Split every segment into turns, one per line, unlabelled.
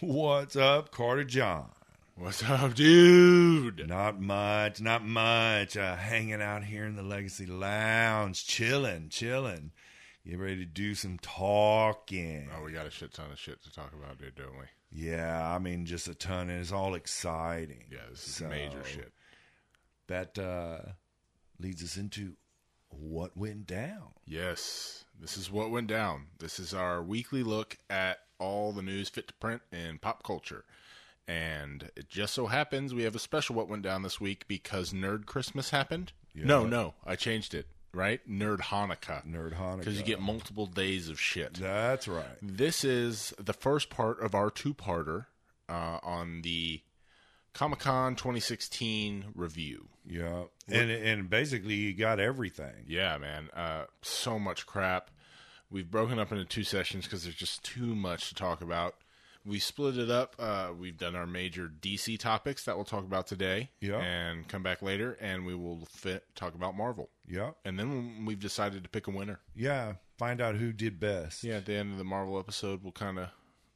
What's up, Carter John?
What's up, dude?
Not much, not much. Uh, hanging out here in the Legacy Lounge, chilling, chilling. Get ready to do some talking.
Oh, we got a shit ton of shit to talk about, dude, don't we?
Yeah, I mean, just a ton, and it's all exciting.
Yeah, this is
So,
major shit.
That uh, leads us into what went down.
Yes, this is what went down. This is our weekly look at all the news fit to print in pop culture. And it just so happens we have a special what went down this week because Nerd Christmas happened. No, no, I changed it, right? Nerd Hanukkah.
Nerd Hanukkah.
Because you get multiple days of shit.
That's right.
This is the first part of our two parter uh, on the Comic Con 2016 review.
Yeah, and and basically you got everything.
Yeah, man. Uh, so much crap. We've broken up into two sessions because there's just too much to talk about. We split it up. Uh, we've done our major DC topics that we'll talk about today
Yeah.
and come back later, and we will fit, talk about Marvel.
Yeah,
And then we've decided to pick a winner.
yeah. Find out who did best.
Yeah, at the end of the Marvel episode, we'll kind of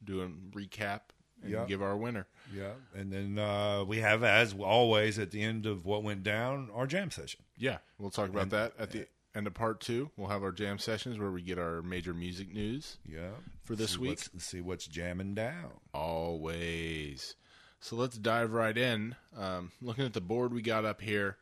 do a recap and
Yeah.
give our winner.
Yeah, and then uh, we have, as always, at the end of what went down, our jam session.
Yeah, we'll talk about that at
eh
the end of part two. We'll have our jam sessions where we get our major music news
Yeah,
for this
see
week.
what's, see what's jamming down.
Always. So let's dive right in. Um, looking at the board we got up here,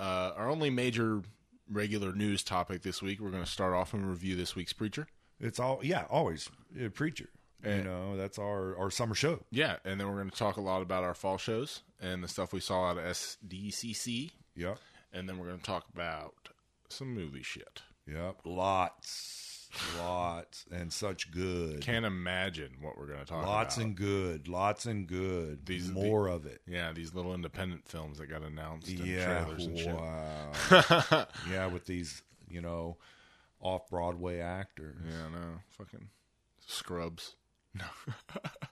uh, our only major regular news topic this week, we're going to start off and review this week's Preacher.
It's all yeah, always uh, preacher. you know, that's our our summer show.
Yeah, and then we're going to talk a lot about our fall shows and the stuff we saw out of SDCC.
Yeah,
And then we're going to talk about some movie shit.
yeah, lots, lots, and such good.
Can't imagine what we're going to talk
Lots
about.
and good, lots and good.
These-
More of it.
yeah, these little independent films that got announced and
Yeah,
trailers and shit.
wow.
yeah,
yeah, with these, you know, off Broadway actors.
no, fucking scrubs. No.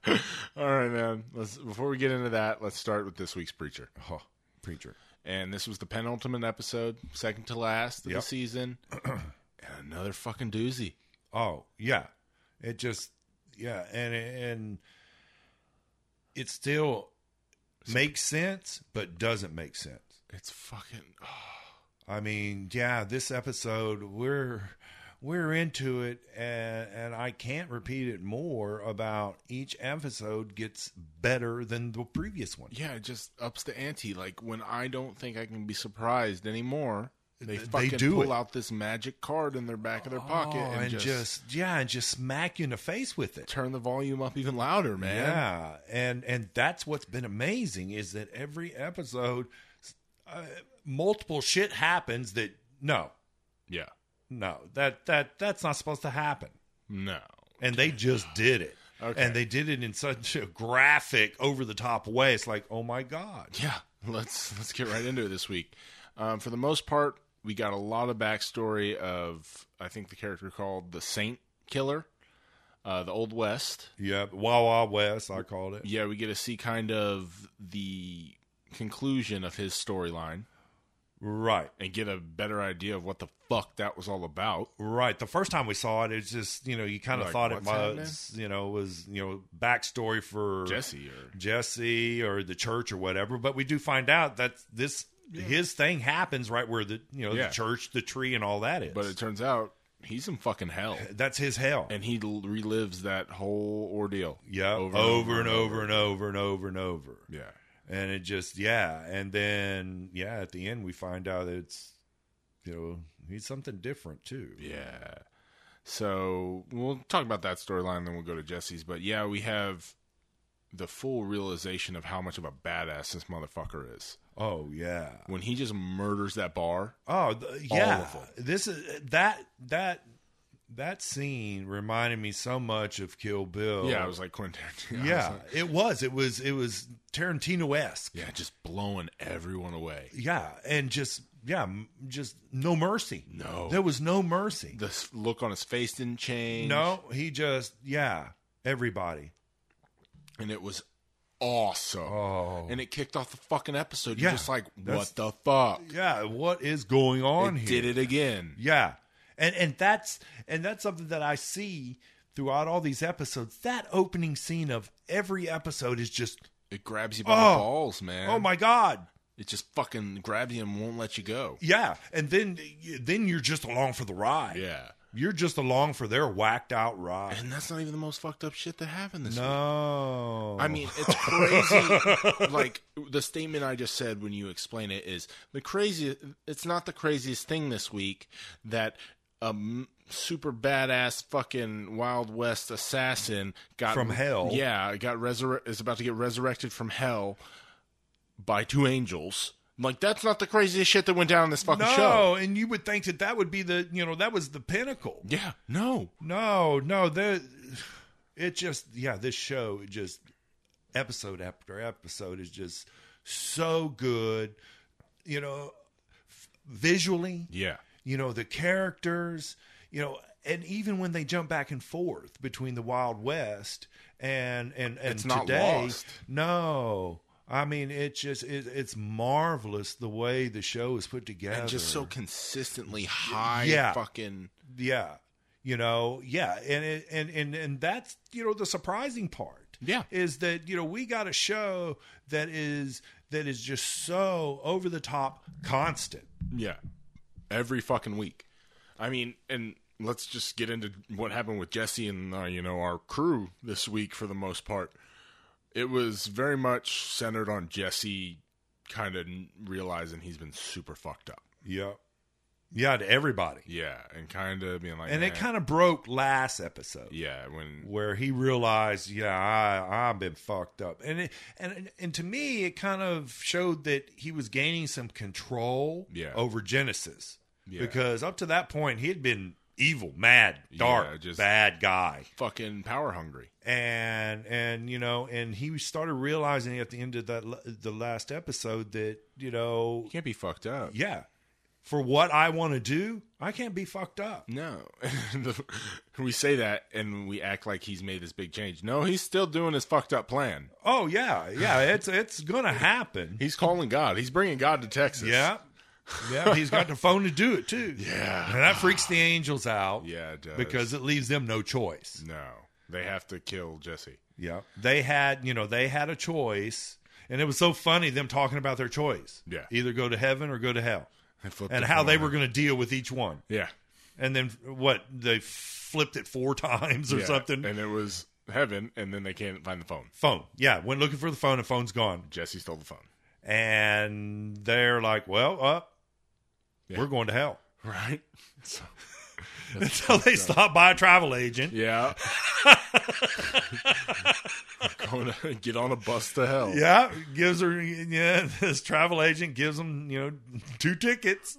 All right, man. Let's before we get into that, let's start with this week's preacher.
Oh, preacher.
And this was the penultimate episode, second to last of
Yep.
the season. and another fucking doozy.
Oh yeah, it just yeah, and and it still makes sense, but doesn't make sense.
It's fucking. oh,
I mean, yeah, this episode we're we're into it, and and I can't repeat it more about each episode gets better than the previous one.
yeah, it just ups the ante. Like when I don't think I can be surprised anymore, they
They
fucking
do
pull
it.
out this magic card in their back of their pocket
Oh,
and, just,
yeah, and just smack you in the face with it.
turn the volume up even louder, man.
Yeah, and and that's what's been amazing is that every episode, uh, multiple shit happens that no,
Yeah.
no, that that that's not supposed to happen,
No.
and they just did it,
Okay.
and they did it in such a graphic, over the top way. It's like, oh my god,
Yeah, let's let's get right into it this week. Um, for the most part, we got a lot of backstory of I think the character called the Saint Killer, uh, the Old West.
yeah, Wawa West, I called it.
Yeah, we get to see kind of the conclusion of his storyline
Right,
and get a better idea of what the fuck that was all about.
right. The first time we saw it, it's just you know you kind of
Like,
thought it
what's
was you know was you know backstory for
Jesse or
Jesse or the church or whatever, but we do find out that this his thing happens right where the you know
Yeah.
the church, the tree, and all that is.
but it turns out he's in fucking hell
that's his hell.
and he l- relives that whole ordeal.
yeah, over, and over and over and over and over.
Yeah.
And it just yeah, and then yeah, at the end we find out it's you know he's something different too.
Yeah. So we'll talk about that storyline, then we'll go to Jesse's. But yeah, we have the full realization of how much of a badass this motherfucker is
Oh yeah.
when he just murders that bar.
Oh th- yeah.
of 'em.
This is that that that scene reminded me so much of Kill Bill.
Yeah, I was like Quentin. Tarantino. I was
Oh. yeah.
like,
It was. It was. It was Tarantino esque.
yeah, just blowing everyone away.
Yeah, and just yeah, m- just no mercy.
No.
there was no mercy.
The s- look on his face didn't change.
No, he just yeah, everybody.
and it was awesome.
Oh,
And it kicked off the fucking episode. You're
Yeah,
just like,
that's-
what the fuck?
yeah, what is going on
It
here?
did it again.
Yeah, and and that's and that's something that I see throughout all these episodes. That opening scene of every episode is just
It grabs you by
Oh.
the balls, man.
oh my god,
It just fucking grabs you and won't let you go.
yeah. And then then you're just along for the ride.
Yeah.
You're just along for their whacked out ride.
And that's not even the most fucked up shit that happened this week.
No,
I mean, it's crazy. like the statement I just said when you explain it is the craziest. It's not the craziest thing this week that a m- super badass fucking Wild West assassin got
From hell.
Yeah, got resurre- is about to get resurrected from hell by two angels. Like that's not the craziest shit that went down in this fucking
no,
show.
and you would think that that would be the you know that was the pinnacle.
Yeah, no.
No, no, the it just yeah, this show it just episode after episode is just so good. You know, f- visually,
Yeah,
you know the characters, you know, and even when they jump back and forth between the Wild West and and and
It's not
today,
lost.
no. I mean, it just it, it's marvelous the way the show is put together.
and just so consistently high.
Yeah.
fucking.
Yeah. You know, yeah, and it- and and and that's you know the surprising part.
Yeah.
is that you know we got a show that is that is just so over the top constant.
Yeah. Every fucking week. I mean, and let's just get into what happened with Jesse and uh, you know our crew this week for the most part. It was very much centered on Jesse kind of realizing he's been super fucked up.
Yeah, yeah, to everybody,
Yeah, and kind of being like
and it
"Eh."
kind of broke last episode
Yeah, when
where he realized, yeah, I I've been fucked up, and it, and and to me it kind of showed that he was gaining some control
Yeah.
over Genesis
Yeah.
because up to that point he had been evil, mad, dark,
Yeah, just-
bad guy,
fucking power hungry.
and and you know, and he started realizing at the end of that l- the last episode that you know,
You can't be fucked up.
yeah, for what I want to do, I can't be fucked up.
No. we say that and we act like he's made this big change. No, he's still doing his fucked up plan.
Oh yeah, yeah, it's it's gonna happen.
He's calling God. He's bringing God to Texas.
Yeah. Yeah, he's got the phone to do it too.
Yeah.
And that freaks the angels out
Yeah, it does.
because it leaves them no choice.
no, they have to kill Jesse.
Yeah. They had, you know, they had a choice. And it was so funny them talking about their choice.
Yeah.
Either go to heaven or go to hell.
And, flip
And
the
how they
coin.
were going to deal with each one.
yeah,
And then what? They flipped it four times or
yeah.
something.
And it was heaven, and then they can't find the phone.
phone. Yeah. Went looking for the phone. The phone's gone.
Jesse stole the phone.
And they're like, well, uh,
Yeah.
we're going to hell.
Right. So,
So they stopped by a travel agent.
yeah. Going to get on a bus to hell.
Yeah, gives her. Yeah, this travel agent gives them, you know, two tickets.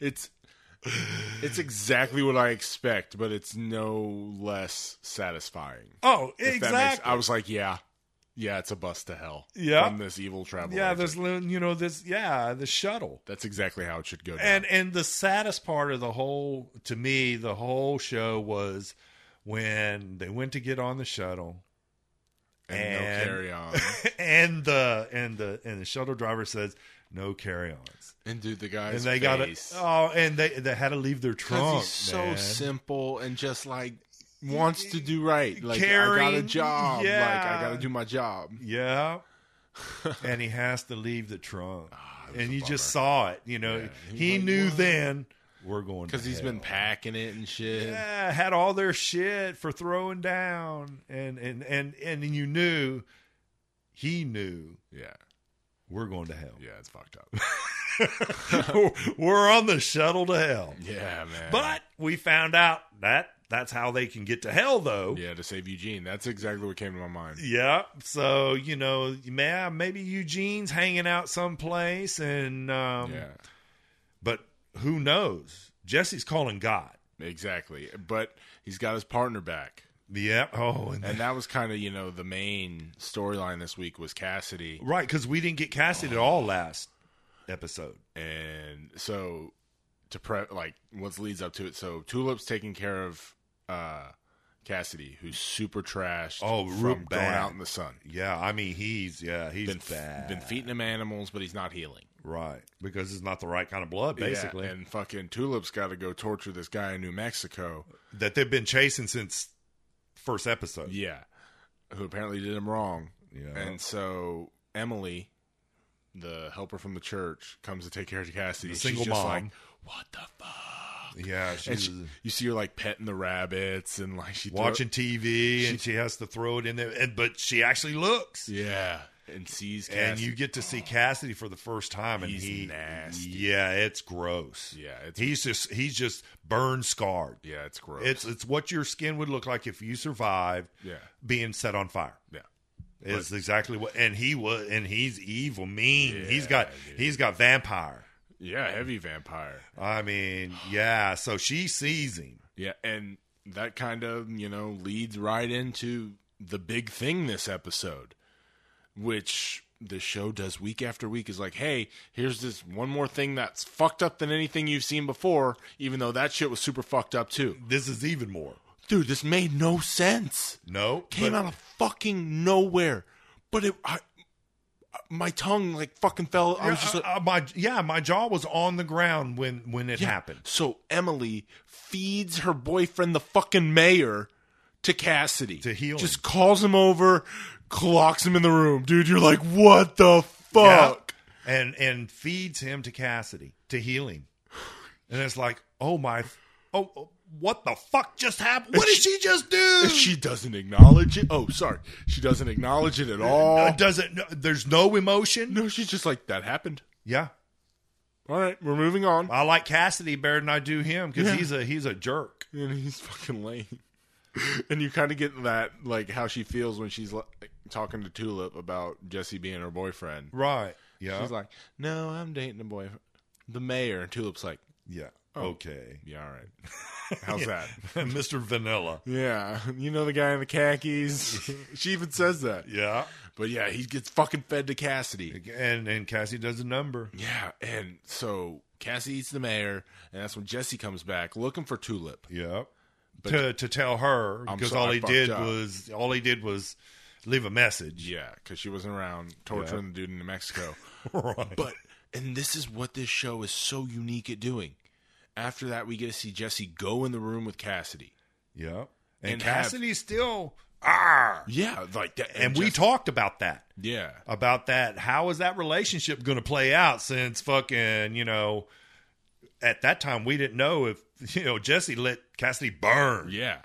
It's it's exactly what I expect, but it's no less satisfying.
Oh,
If that makes-
exactly.
I was like, yeah, yeah, it's a bus to hell.
Yeah.
From this evil travel.
yeah,
agent.
this little, you know, this yeah, the shuttle.
That's exactly how it should go. Down.
And and the saddest part of the whole, to me, the whole show was when they went to get on the shuttle,
and,
and-
no carry on.
and the and the and the shuttle driver says no carry-ons,
And dude, the guy's
and they got it.
face.
Oh, and they they had to leave their trunk.
he's so
man.
simple and just like wants to do right. Like I got a
Caring,
job. Like I
yeah.
got to do my job.
Yeah. and he has to leave the trunk.
that Ah, was
and
a
you
bummer.
just saw it. You know,
Yeah. He
he
was like,
knew
"What?"
then we're going
Because
he
he's been packing it and shit.
Yeah, had all their shit for throwing down. And, and, and, and you knew, he knew
yeah,
we're going to hell.
Yeah, it's fucked up.
we're on the shuttle to hell.
yeah, man.
But we found out that That's how they can get to hell, though.
Yeah, to save Eugene. That's exactly what came to my mind.
Yeah. So, you know, yeah, maybe Eugene's hanging out someplace and um
yeah,
but who knows? Jesse's calling God.
exactly. But he's got his partner back.
Yeah. Oh, and,
And that was kind of, you know, the main storyline this week was Cassidy.
right, because we didn't get Cassidy at all last episode.
And so to prep like what leads up to it. So Tulip's taking care of uh Cassidy, who's super trashed
Oh, real
from going
bad.
out in the sun.
Yeah, I mean he's yeah he's
Been,
bad.
been feeding him animals, but he's not healing.
right because it's not the right kind of blood basically
Yeah, and fucking Tulip's got to go torture this guy in New Mexico.
that they've been chasing since first episode.
Yeah, who apparently did him wrong.
Yeah.
And so Emily, the helper from the church, comes to take care of Cassidy.
The
She's
single
just
mom.
like, what the fuck?
Yeah,
And
she's
she, you see her like petting the rabbits and like she throw-
watching TV and she has to throw it in there, and, but she actually looks.
yeah, and sees Cassidy.
And you get to see Cassidy for the first time, and
He's
he,
nasty.
yeah, it's gross.
yeah, it's
He's just he's just burn scarred.
yeah, it's gross.
It's it's what your skin would look like if you survived
yeah,
being set on fire.
yeah.
Is exactly what, and he was, and he's evil, mean. he's
Yeah,
got he's got vampire.
Yeah, heavy vampire.
I mean, yeah. So she sees him.
Yeah, and that kind of, you know, leads right into the big thing this episode, which the show does week after week is like, hey, here's this one more thing that's fucked up than anything you've seen before, even though that shit was super fucked up too.
This is even more.
Dude, this made no sense.
No,
Came
but-
out of fucking nowhere. But it, I, my tongue like fucking fell. I
Yeah,
was just like,
uh, uh, my yeah, my jaw was on the ground when when it
Yeah.
happened.
So Emily feeds her boyfriend, the fucking mayor, to Cassidy
To heal him.
Just calls him over, clocks him in the room, dude. You're like, what the
Yeah.
fuck?
and and feeds him to Cassidy to heal him. And it's like, oh my, oh, oh, what the fuck just happened? What did she just do?
And she doesn't acknowledge it. Oh, sorry, she doesn't acknowledge it at all.
Uh, doesn't. no, There's no emotion.
No, she's just like, that happened.
Yeah,
All right, we're moving on.
I like Cassidy better than I do him because
Yeah.
he's a he's a jerk.
And he's fucking lame. And you kind of get that, like, how she feels when she's like, talking to Tulip about Jesse being her boyfriend.
Right. Yeah.
She's like, "No, I'm dating a boy, the mayor." And Tulip's like,
yeah. Okay.
"Yeah, all right. oh. How's that?"
Mr. Vanilla.
Yeah, you know the guy in the khakis. she even says that.
Yeah.
But yeah, he gets fucking fed to Cassidy.
And and Cassie does a number.
Yeah, and so Cassie eats the mayor, and that's when Jesse comes back looking for Tulip.
Yeah.
But-
to to tell her
I'm
because
sorry,
all
I
he
fucked
did
up.
was all he did was leave a message.
Yeah, because she wasn't around torturing the dude in New Mexico.
right.
But and this is what this show is so unique at doing. After that, we get to see Jesse go in the room with Cassidy.
Yeah. And,
And have-
Cassidy still ah.
Yeah, Uh, like that.
And we
Jesse-
talked about that.
yeah,
About that. How is that relationship going to play out since fucking, you know, at that time we didn't know if, you know, Jesse let Cassidy burn
yeah.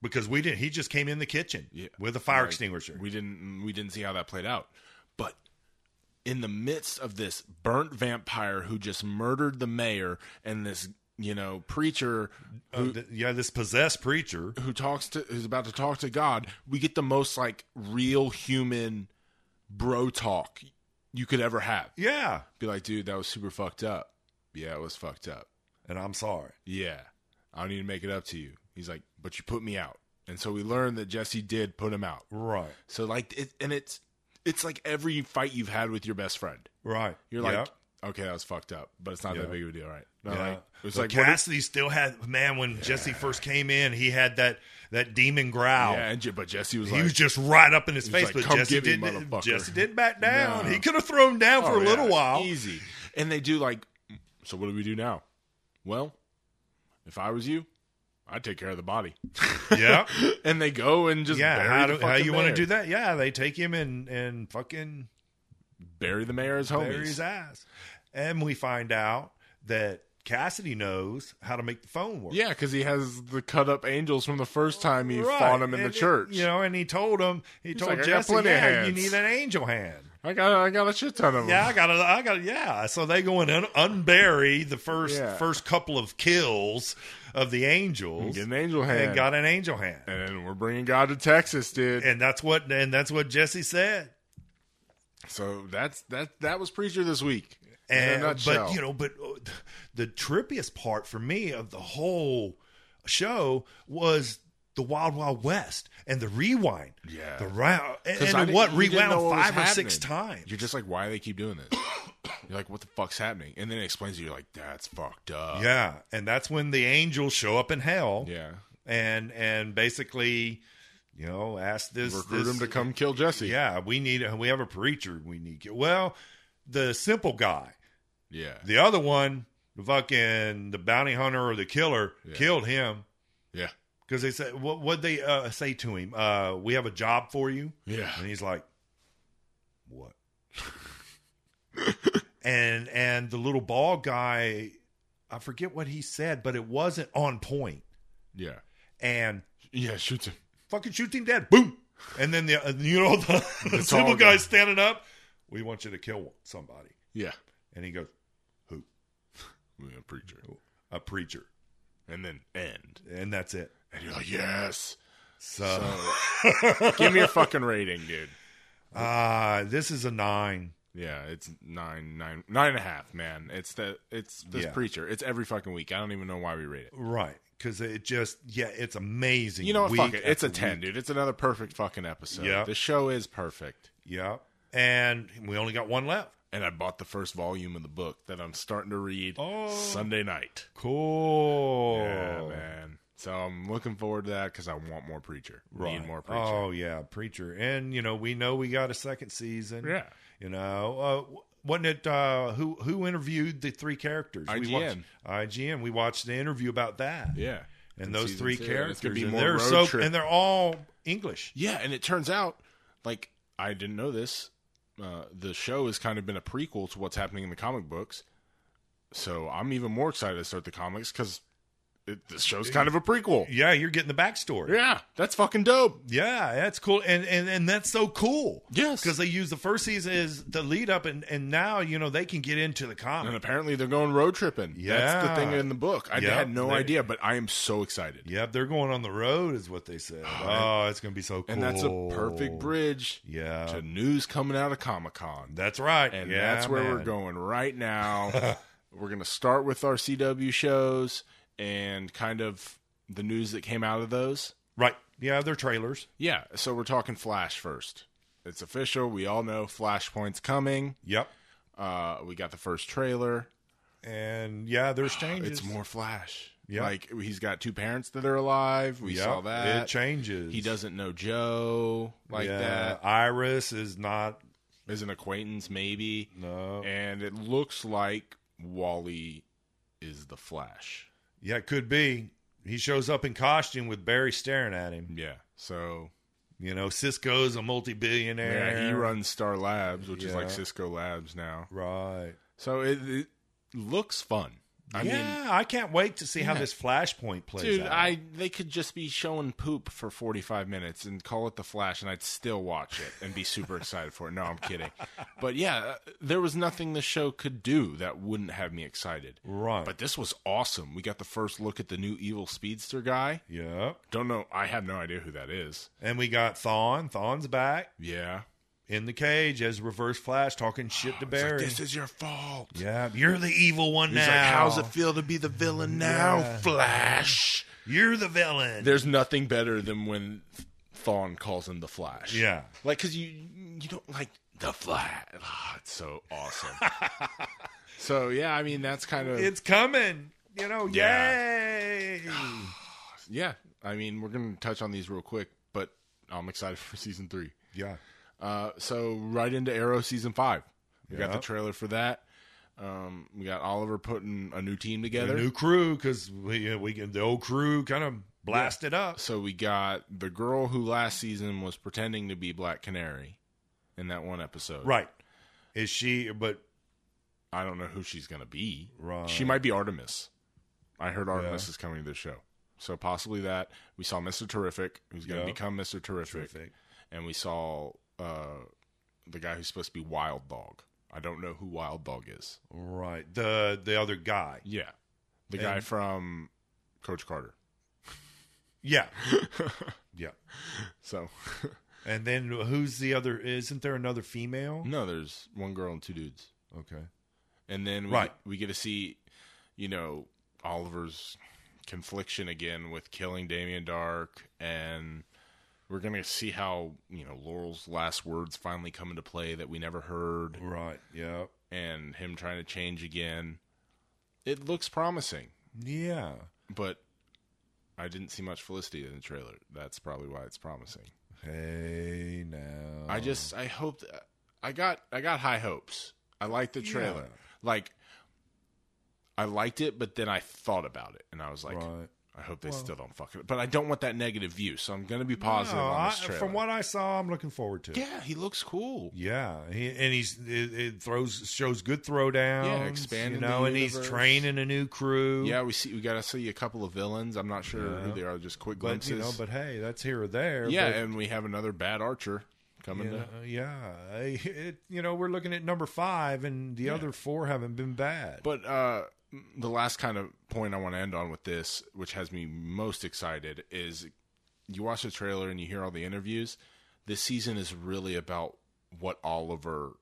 because we didn't he just came in the kitchen
Yeah.
with a fire
Like,
extinguisher.
We didn't we didn't see how that played out. But in the midst of this burnt vampire who just murdered the mayor and this, you know, preacher
Uh, th- yeah, this possessed preacher.
who talks to who's about to talk to God, we get the most like real human bro talk you could ever have.
Yeah.
Be like, dude, that was super fucked up. Yeah, it was fucked up.
And I'm sorry.
Yeah. I don't need to make it up to you. He's like, but you put me out. And so we learn that Jesse did put him out.
Right.
So like it, and it's it's like every fight you've had with your best friend.
Right.
You're
Yeah.
like, okay, that was fucked up, but it's not
Yeah.
that big of a deal, right? No,
Yeah.
like, it was
But
like what if-
Cassidy still had man when Jesse first came in, he had that that demon growl.
yeah, and, Je- but Jesse was
He
like,
was just right up in his
He was
face,
like,
but
"Come
Jesse
get me,
didn't.
motherfucker."
Jesse didn't back down.
No.
He could have thrown down for
"Oh,
a little
yeah,
while.
easy. And they do like, so what do we do now? Well, if I was you, I'd take care of the body.
Yeah,
and they go and just
yeah.
bury
How,
the
do, how
fucking
you want to
mayor.
do that? Yeah, they take him and and fucking
Bury the mayor's
bury his
homies.
ass. And we find out that Cassidy knows how to make the phone work.
Yeah, because he has the cut up angels from the first time he
Right.
fought him in
And
the
it-
church.
you know, and he told him he told
like, "I got
Jesse,
plenty of
yeah, you
hands."
need an angel hand.
I got I got a shit ton of them.
Yeah, I got to I got to yeah. So they go and un- unbury the first
Yeah.
first couple of kills of the angels
Get an angel hand.
and got an angel hand.
and we're bringing God to Texas, dude.
And that's what and that's what Jesse said.
so that's that. That was preacher this week. In a
And
nutshell.
but you know, but uh, the trippiest part for me of the whole show was the Wild Wild West and the rewind.
Yeah.
the round and,
'Cause
and
I
the
didn't-
what
you didn't know
rewound
what was
five or six
happening.
times.
You're just like, why do they keep doing this? You're like, what the fuck's happening? And then it explains to you, you're like, that's fucked up.
yeah, and that's when the angels show up in hell
Yeah.
and and basically, you know, ask this
Recruit
this-
him to come kill Jesse.
Yeah, we need a, we have a preacher. We need well, the simple guy.
Yeah.
The other one, the fucking the bounty hunter or the killer,
Yeah.
killed him
Yeah.
because they said what what they uh, say to him. Uh, we have a job for you,
Yeah.
and he's like, what? and and the little bald guy, I forget what he said, but it wasn't on point.
Yeah.
And
Yeah. Shoots him.
fucking shoots him dead. Boom. And then the uh, you know the, the,
The tall
simple
guy.
guy standing up. We want you to kill somebody,
Yeah.
and he goes, "Who?
Yeah, preacher.
A preacher."
And then end.
And that's it.
And you're like, yes.
So,
Give me a fucking rating, dude.
uh, this is a nine.
Yeah, it's nine, nine, nine and a half, man. It's the, it's this
Yeah.
preacher. It's every fucking week. I don't even know why we rate it.
Right. Because it just, yeah, it's amazing.
You know what?
week
Fuck it. It's a
after
ten,
week.
dude. It's another perfect fucking episode.
Yeah.
The show is perfect.
Yeah. And we only got one left.
and I bought the first volume of the book that I'm starting to read
Oh.
Sunday night.
Cool.
Yeah, man. So I'm looking forward to that because I want more preacher.
Right.
Need more preacher.
Oh, yeah. Preacher. And, you know, we know we got a second season.
Yeah.
You know, uh, w- wasn't it uh, who who interviewed the three characters? We watched,
IGN.
IGN. We watched the interview about that.
Yeah.
And
In
those
season
three
two, and
characters.
it's gonna be
and
more
they're
road
so,
trip.
and they're all English.
Yeah, and it turns out, like I didn't know this, uh, the show has kind of been a prequel to what's happening in the comic books. So I'm even more excited to start the comics because the show's kind of a prequel.
Yeah, you're getting the backstory.
Yeah, that's fucking dope.
Yeah, that's cool, and and and that's so cool
Yes,
because they use the first season as the lead up, and and now you know they can get into the
And
comic.
apparently they're going road tripping. That's the
Yeah.
thing in the book. I
Yep,
had no
they-
idea, but I am so excited.
Yep, they're going on the road, is what they said. Oh, it's gonna be so cool,
And that's a perfect bridge
Yeah,
to news coming out of Comic Con.
that's right,
And
Yeah,
that's where we're
man.
going right now. we're going to start with our CW shows and kind of the news that came out of those.
Right? Yeah, they're trailers.
Yeah, so we're talking Flash first. It's official. We all know Flashpoint's coming.
Yep,
Uh, we got the first trailer. Ah,
and yeah, there's changes.
It's more Flash.
Yeah.
Like he's got two parents that are alive. We
Yep,
saw that.
It changes.
he doesn't know Joe like
Yeah,
that.
Iris is not.
Is an acquaintance maybe,
No.
and it looks like Wally is the Flash.
Yeah, it could be. He shows up in costume with Barry staring at him.
Yeah. So
You know, Cisco's a multi-billionaire.
yeah, he runs Star Labs, which is like
Yeah.
Cisco Labs now.
Right.
So it, it looks fun. I
yeah,
mean,
I can't wait to see how
Yeah.
this Flashpoint plays
dude,
out.
I they could just be showing poop for forty five minutes and call it the Flash, and I'd still watch it and be super excited for it. No, I'm kidding. But yeah, uh, there was nothing the show could do that wouldn't have me excited.
right.
But this was awesome. We got the first look at the new evil speedster guy.
yeah.
Don't know. I have no idea who that is.
And we got Thawne. Thawne's back
Yeah.
in the cage as Reverse Flash talking shit to
It's Oh, like,
Barry.
this is your fault.
yeah, you're the evil one
He's
now.
like, how's it feel to be the villain now,
Yeah.
Flash?
You're the villain.
There's nothing better than when Thawne calls him the Flash.
yeah.
Like, because you, you don't like the Flash. Ah, it's so awesome. so, yeah, I mean, that's kind of.
It's coming. You know,
Yeah.
yay.
yeah. I mean, we're going to touch on these real quick, but I'm excited for season three.
yeah.
Uh, so right into Arrow season five. We got the
Yeah.
trailer for that. Um, we got Oliver putting a new team
The
together.
new crew, because we, uh, we can, the old crew kind of blasted up.
so we got the girl who last season was pretending to be Black Canary in that one episode.
Right. Is she, but,
I don't know who she's gonna be.
right.
She might be Artemis. I heard Artemis
Yeah.
is coming to the show. So possibly that. We saw Mr. Terrific, who's gonna
Yeah.
become Mr. Terrific.
Terrific.
And we saw uh, the guy who's supposed to be Wild Dog. I don't know who Wild Dog is.
Right. The, the other guy.
Yeah. The guy
And-
from Coach Carter.
Yeah. yeah.
So
And then who's the other? Isn't there another female?
no, there's one girl and two dudes,
Okay.
and then we,
Right.
we get to see, you know, Oliver's confliction again with killing Damien Dark, and we're gonna see how you know Laurel's last words finally come into play that we never heard.
Right. Yeah.
and him trying to change again. It looks promising,
Yeah.
but I didn't see much Felicity in the trailer. That's probably why it's promising.
Hey now.
I just I hope I got I got high hopes. I liked the trailer.
Yeah.
Like I liked it, but then I thought about it and I was like,
right.
I hope they
Well-
still don't fuck it. But I don't want that negative view, so I'm gonna be positive
No,
on this
I-
trailer.
from what I saw, I'm looking forward to it.
yeah, he looks cool.
Yeah, he, and he's it, it throws shows good throwdowns.
Yeah, expanding
You know,
the
and he's
universe.
training a new crew.
Yeah, we see we gotta see a couple of villains. I'm not sure who
Yeah.
they are. Just quick
but
glimpses.
you know, but hey, that's here or there.
Yeah,
but,
and we have another bad archer coming.
you
to,
know, yeah. It, you know, we're looking at number five, and the other four haven't been bad.
but uh, the last kind of point I want to end on with this, which has me most excited, is you watch the trailer and you hear all the interviews. This season is really about what Oliver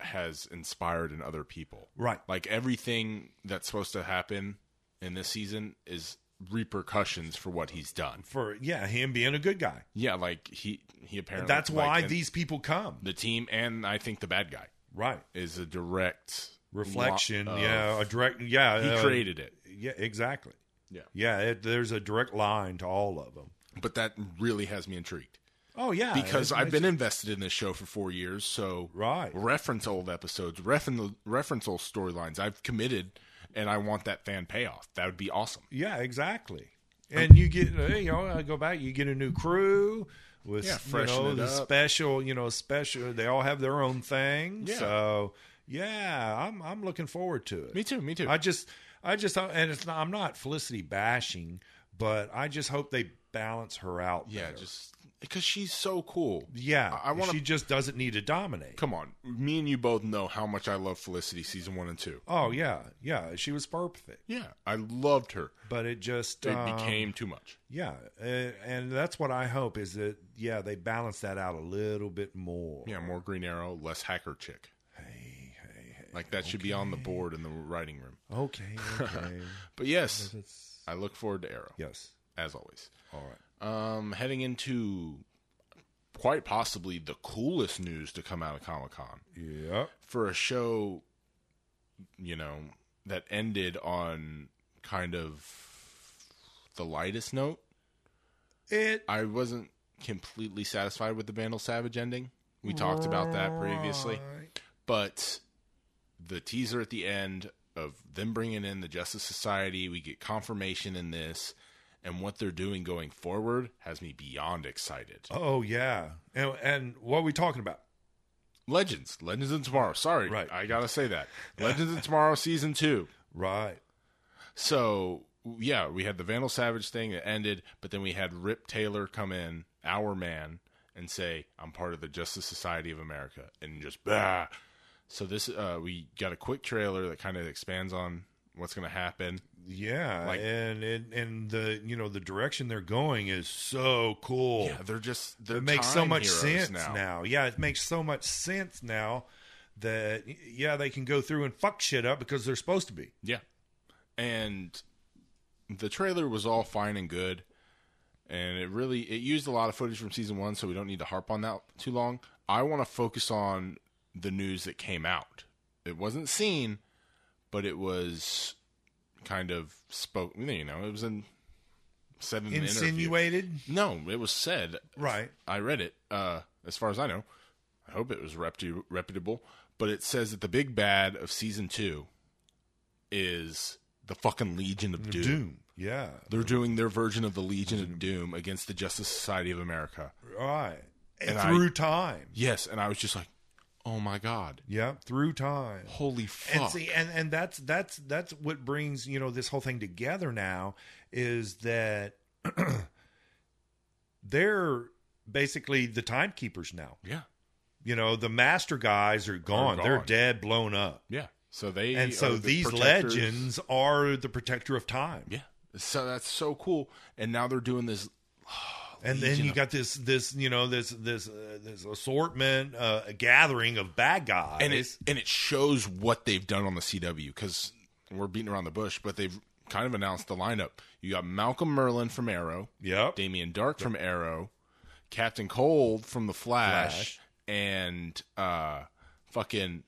has inspired in other people.
right,
Like everything that's supposed to happen in this season is repercussions for what he's done.
for yeah, him being a good guy.
Yeah, like he he apparently
That's
like,
why
and
these people come.
the team and I think the bad guy
Right,
is a direct
reflection.
lo- of-
yeah, a direct. Yeah,
he
uh,
created it.
Yeah, exactly.
Yeah.
yeah. It, there's a direct line to all of them.
But that really has me intrigued
Oh yeah,
because
it
I've
makes
been
it-
invested in this show for four years. So
right.
reference old episodes, reference reference old storylines. I've committed, and I want that fan payoff. That would be awesome.
Yeah, exactly. And you get uh, you know I go back, you get a new crew with
Yeah,
you
freshen
know
it
the
up.
special you know special. They all have their own thing,
Yeah.
so yeah, I'm I'm looking forward to it.
Me too. Me too.
I just I just and it's not, I'm not Felicity bashing, but I just hope they balance her out.
yeah,
better.
just because she's so cool.
yeah.
I- I wanna-
she just doesn't need to dominate.
Come on, me and you both know how much I love Felicity season one and two.
Oh yeah, yeah, she was perfect,
Yeah, I loved her.
but it just
It
um,
became too much.
Yeah, uh, and that's what I hope is that yeah they balance that out a little bit more.
Yeah, more Green Arrow, less hacker chick.
Hey, hey, hey.
Like that should be on the board in the writing room.
Okay, okay.
But yes,
That's-
I look forward to Arrow
yes.
as always.
All right.
Um, heading into quite possibly the coolest news to come out of Comic Con
Yep.
for a show, you know, that ended on kind of the lightest note.
It.
I wasn't completely satisfied with the Vandal Savage ending. We talked about that previously,
Right.
but the teaser at the end of them bringing in the Justice Society, we get confirmation in this. And what they're doing going forward has me beyond excited.
Oh yeah, and, and what are we talking about?
Legends, Legends of Tomorrow. Sorry,
Right.
I gotta say that Legends of Tomorrow season two.
Right.
So yeah, we had the Vandal Savage thing that ended, but then we had Rip Taylor come in, our man, and say, "I'm part of the Justice Society of America," and just bah. So this, uh, we got a quick trailer that kind of expands on what's gonna happen.
Yeah,
Like-
and, and and the you know the direction they're going is so cool.
Yeah, they're just they're
it makes so
time
much
heroes
sense
now.
now. Yeah, it makes so much sense now that yeah they can go through and fuck shit up because they're supposed to be.
Yeah. And the trailer was all fine and good. And it really it used a lot of footage from season 1, so we don't need to harp on that too long. I want to focus on the news that came out. It wasn't seen, but it was kind of spoke, you know, it was in seven interview.
Insinuated,
No, it was said.
right?
I read it. Uh, as far as I know, I hope it was reputi- reputable. But it says that the big bad of season two is the fucking Legion of Doom.
Doom. Yeah.
They're doing their version of the Legion of Doom against the Justice Society of America.
Right.
And
through time.
Yes, and I was just like, oh my god,
Yeah, through time.
holy
And
fuck!
see, and, and that's that's that's what brings you know this whole thing together now is that they're basically the timekeepers now.
yeah,
You know, the master guys are gone. They're
gone.
dead, blown up.
yeah. So they
and
are
so
the
these
protectors.
legends are the protector of time.
Yeah, So that's so cool. And now they're doing this.
and then you got this this you know this this uh, this assortment uh, gathering of bad guys
and it and it shows what they've done on the CW because we're beating around the bush, but they've kind of announced the lineup. You got Malcolm Merlin from Arrow,
yep
Damian Dark from Arrow, Captain Cold from The Flash, and uh, fucking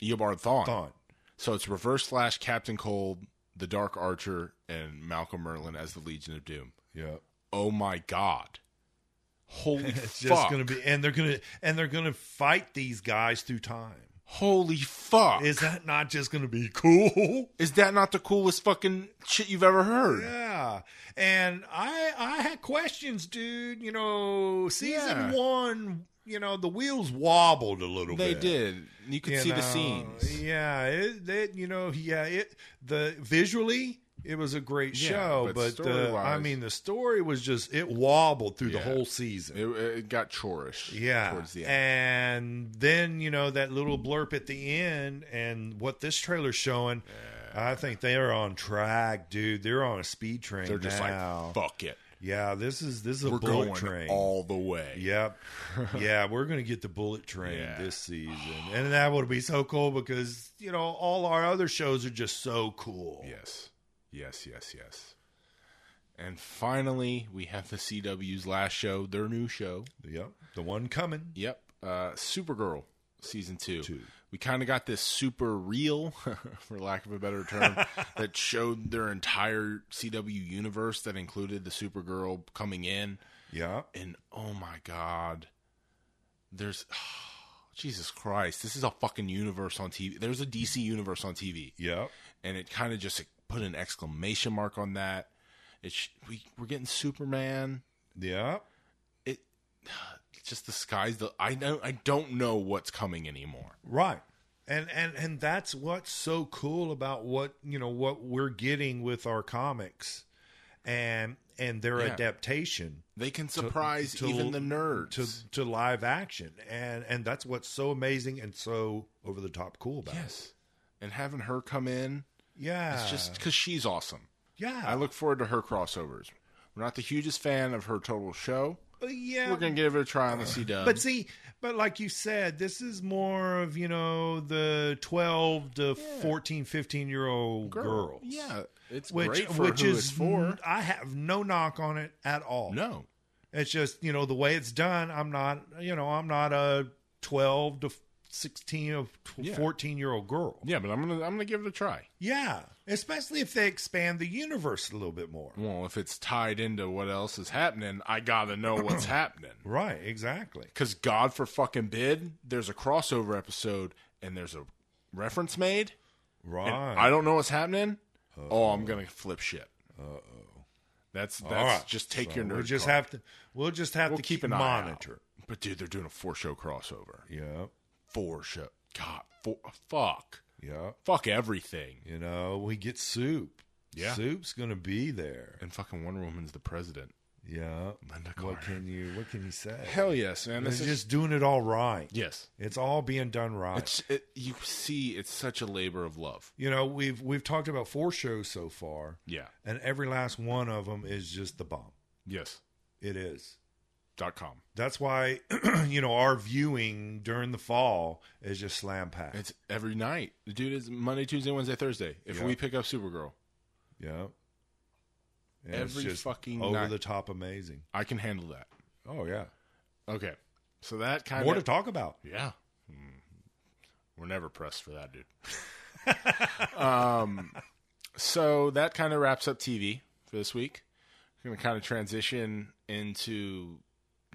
Eobard Thawne.
Thawne.
So it's Reverse Flash, Captain Cold, the Dark Archer, and Malcolm Merlin as the Legion of Doom.
yep
Oh my god! Holy
it's
fuck!
just gonna be and they're gonna and they're gonna fight these guys through time
Holy fuck!
is that not just gonna be cool
Is that not the coolest fucking shit you've ever heard?
yeah and i i had questions dude you know
Yeah.
season one you know the wheels wobbled a little
They
bit
did. You could
you
see the
know,
scenes.
Yeah, it, that you know, yeah, it the visually it was a great
Yeah,
show,
but
but, the,
story-wise-
I mean, the story was just it wobbled through
Yeah.
the whole season.
It, it got chorish.
yeah,
towards the end.
and then you know that little blurb at the end, and what this trailer's showing, I think they are on track, dude. They're on a speed train.
They're just
now.
like, fuck it.
yeah, this is this is a
We're
bullet
going
train.
all the way.
Yep. yeah, we're going to get the bullet train
Yeah.
this season. And that would be so cool because, you know, all our other shows are just so cool.
Yes. Yes, yes, yes. And finally, we have the CW's last show, their new show.
Yep. The one coming.
Yep. Uh, Supergirl season two.
Two.
We kind of got this super real, for lack of a better term, that showed their entire CW universe that included the Supergirl coming in.
Yeah.
and oh my god there's jesus christ this is a fucking universe on tv there's a dc universe on tv
Yep.
and it kind of just put an exclamation mark on that it's sh- we, we're getting superman
Yep.
it it's just the sky's the i don't i don't know what's coming anymore
Right. And and and that's what's so cool about what, you know, what we're getting with our comics and and their
Yeah.
adaptation
they can surprise
to-
even the nerds
to to live action. And and that's what's so amazing and so over the top cool about it.
yes and having her come in
Yeah.
it's just because she's awesome
yeah.
i look forward to her crossovers we're not the hugest fan of her total show
But Uh, yeah,
We're gonna give it a try on the C Dub.
but see, but like you said, this is more of you know the twelve to fourteen, fifteen 14, 15 year old girls.
yeah, it's
Which,
great for
which
who
is
it's for.
I have no knock on it at all.
No,
It's just you know the way it's done. I'm not you know I'm not a twelve to sixteen or
Yeah.
fourteen year old girl.
yeah, but I'm gonna I'm gonna give it a try.
Yeah, especially if they expand the universe a little bit more.
Well, if it's tied into what else is happening, I gotta know what's happening.
Right, exactly.
Because God for fucking bid, there's a crossover episode and there's a reference made.
Right.
And I don't know what's happening. Oh, I'm gonna flip shit. Uh oh. That's that's
right.
just take
So
your nerd.
We'll just
card.
have to. We'll just have
We'll
to
keep
keep,
an eye out.
monitor.
But dude, they're doing a four show crossover.
Yeah,
Four show. God, four. Fuck.
yeah.
Fuck everything.
You know, we get soup.
Yeah.
soup's gonna be there.
And fucking Wonder Woman's the president.
Yeah.
Linda
What
Carter.
can you? What can you say?
Hell yes, man.
They're
This is
just doing it all right.
yes.
It's all being done right.
It's it, you see, it's such a labor of love.
you know, we've we've talked about four shows so far,
Yeah.
and every last one of them is just the bomb.
Yes.
It is.
Dot com.
That's why you know our viewing during the fall is just slam packed.
It's every night. The dude is Monday, Tuesday, Wednesday, Thursday. If
Yeah.
we pick up Supergirl,
yeah. And
Every fucking
over
night.
the top amazing.
I can handle that.
Oh yeah,
Okay. So that kind
more to
of
talk about.
yeah. Mm. We're never pressed for that, dude. um. So that kind of wraps up TV for this week. We're gonna kind of transition into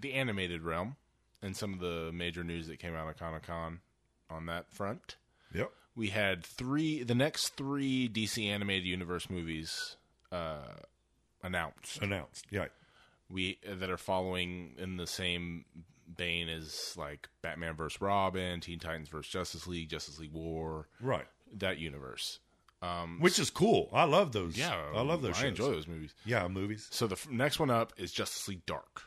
the animated realm and some of the major news that came out of Comic Con on that front.
Yep.
we had three the next three DC animated universe movies uh, announced
Announced. Yeah.
we that are following in the same vein as like Batman vs Robin, Teen Titans vs Justice League, Justice League War,
Right.
that universe. Um,
Which is cool. I love those.
yeah,
I love those
I
shows.
enjoy those movies.
Yeah, movies.
So the f- next one up is Justice League Dark,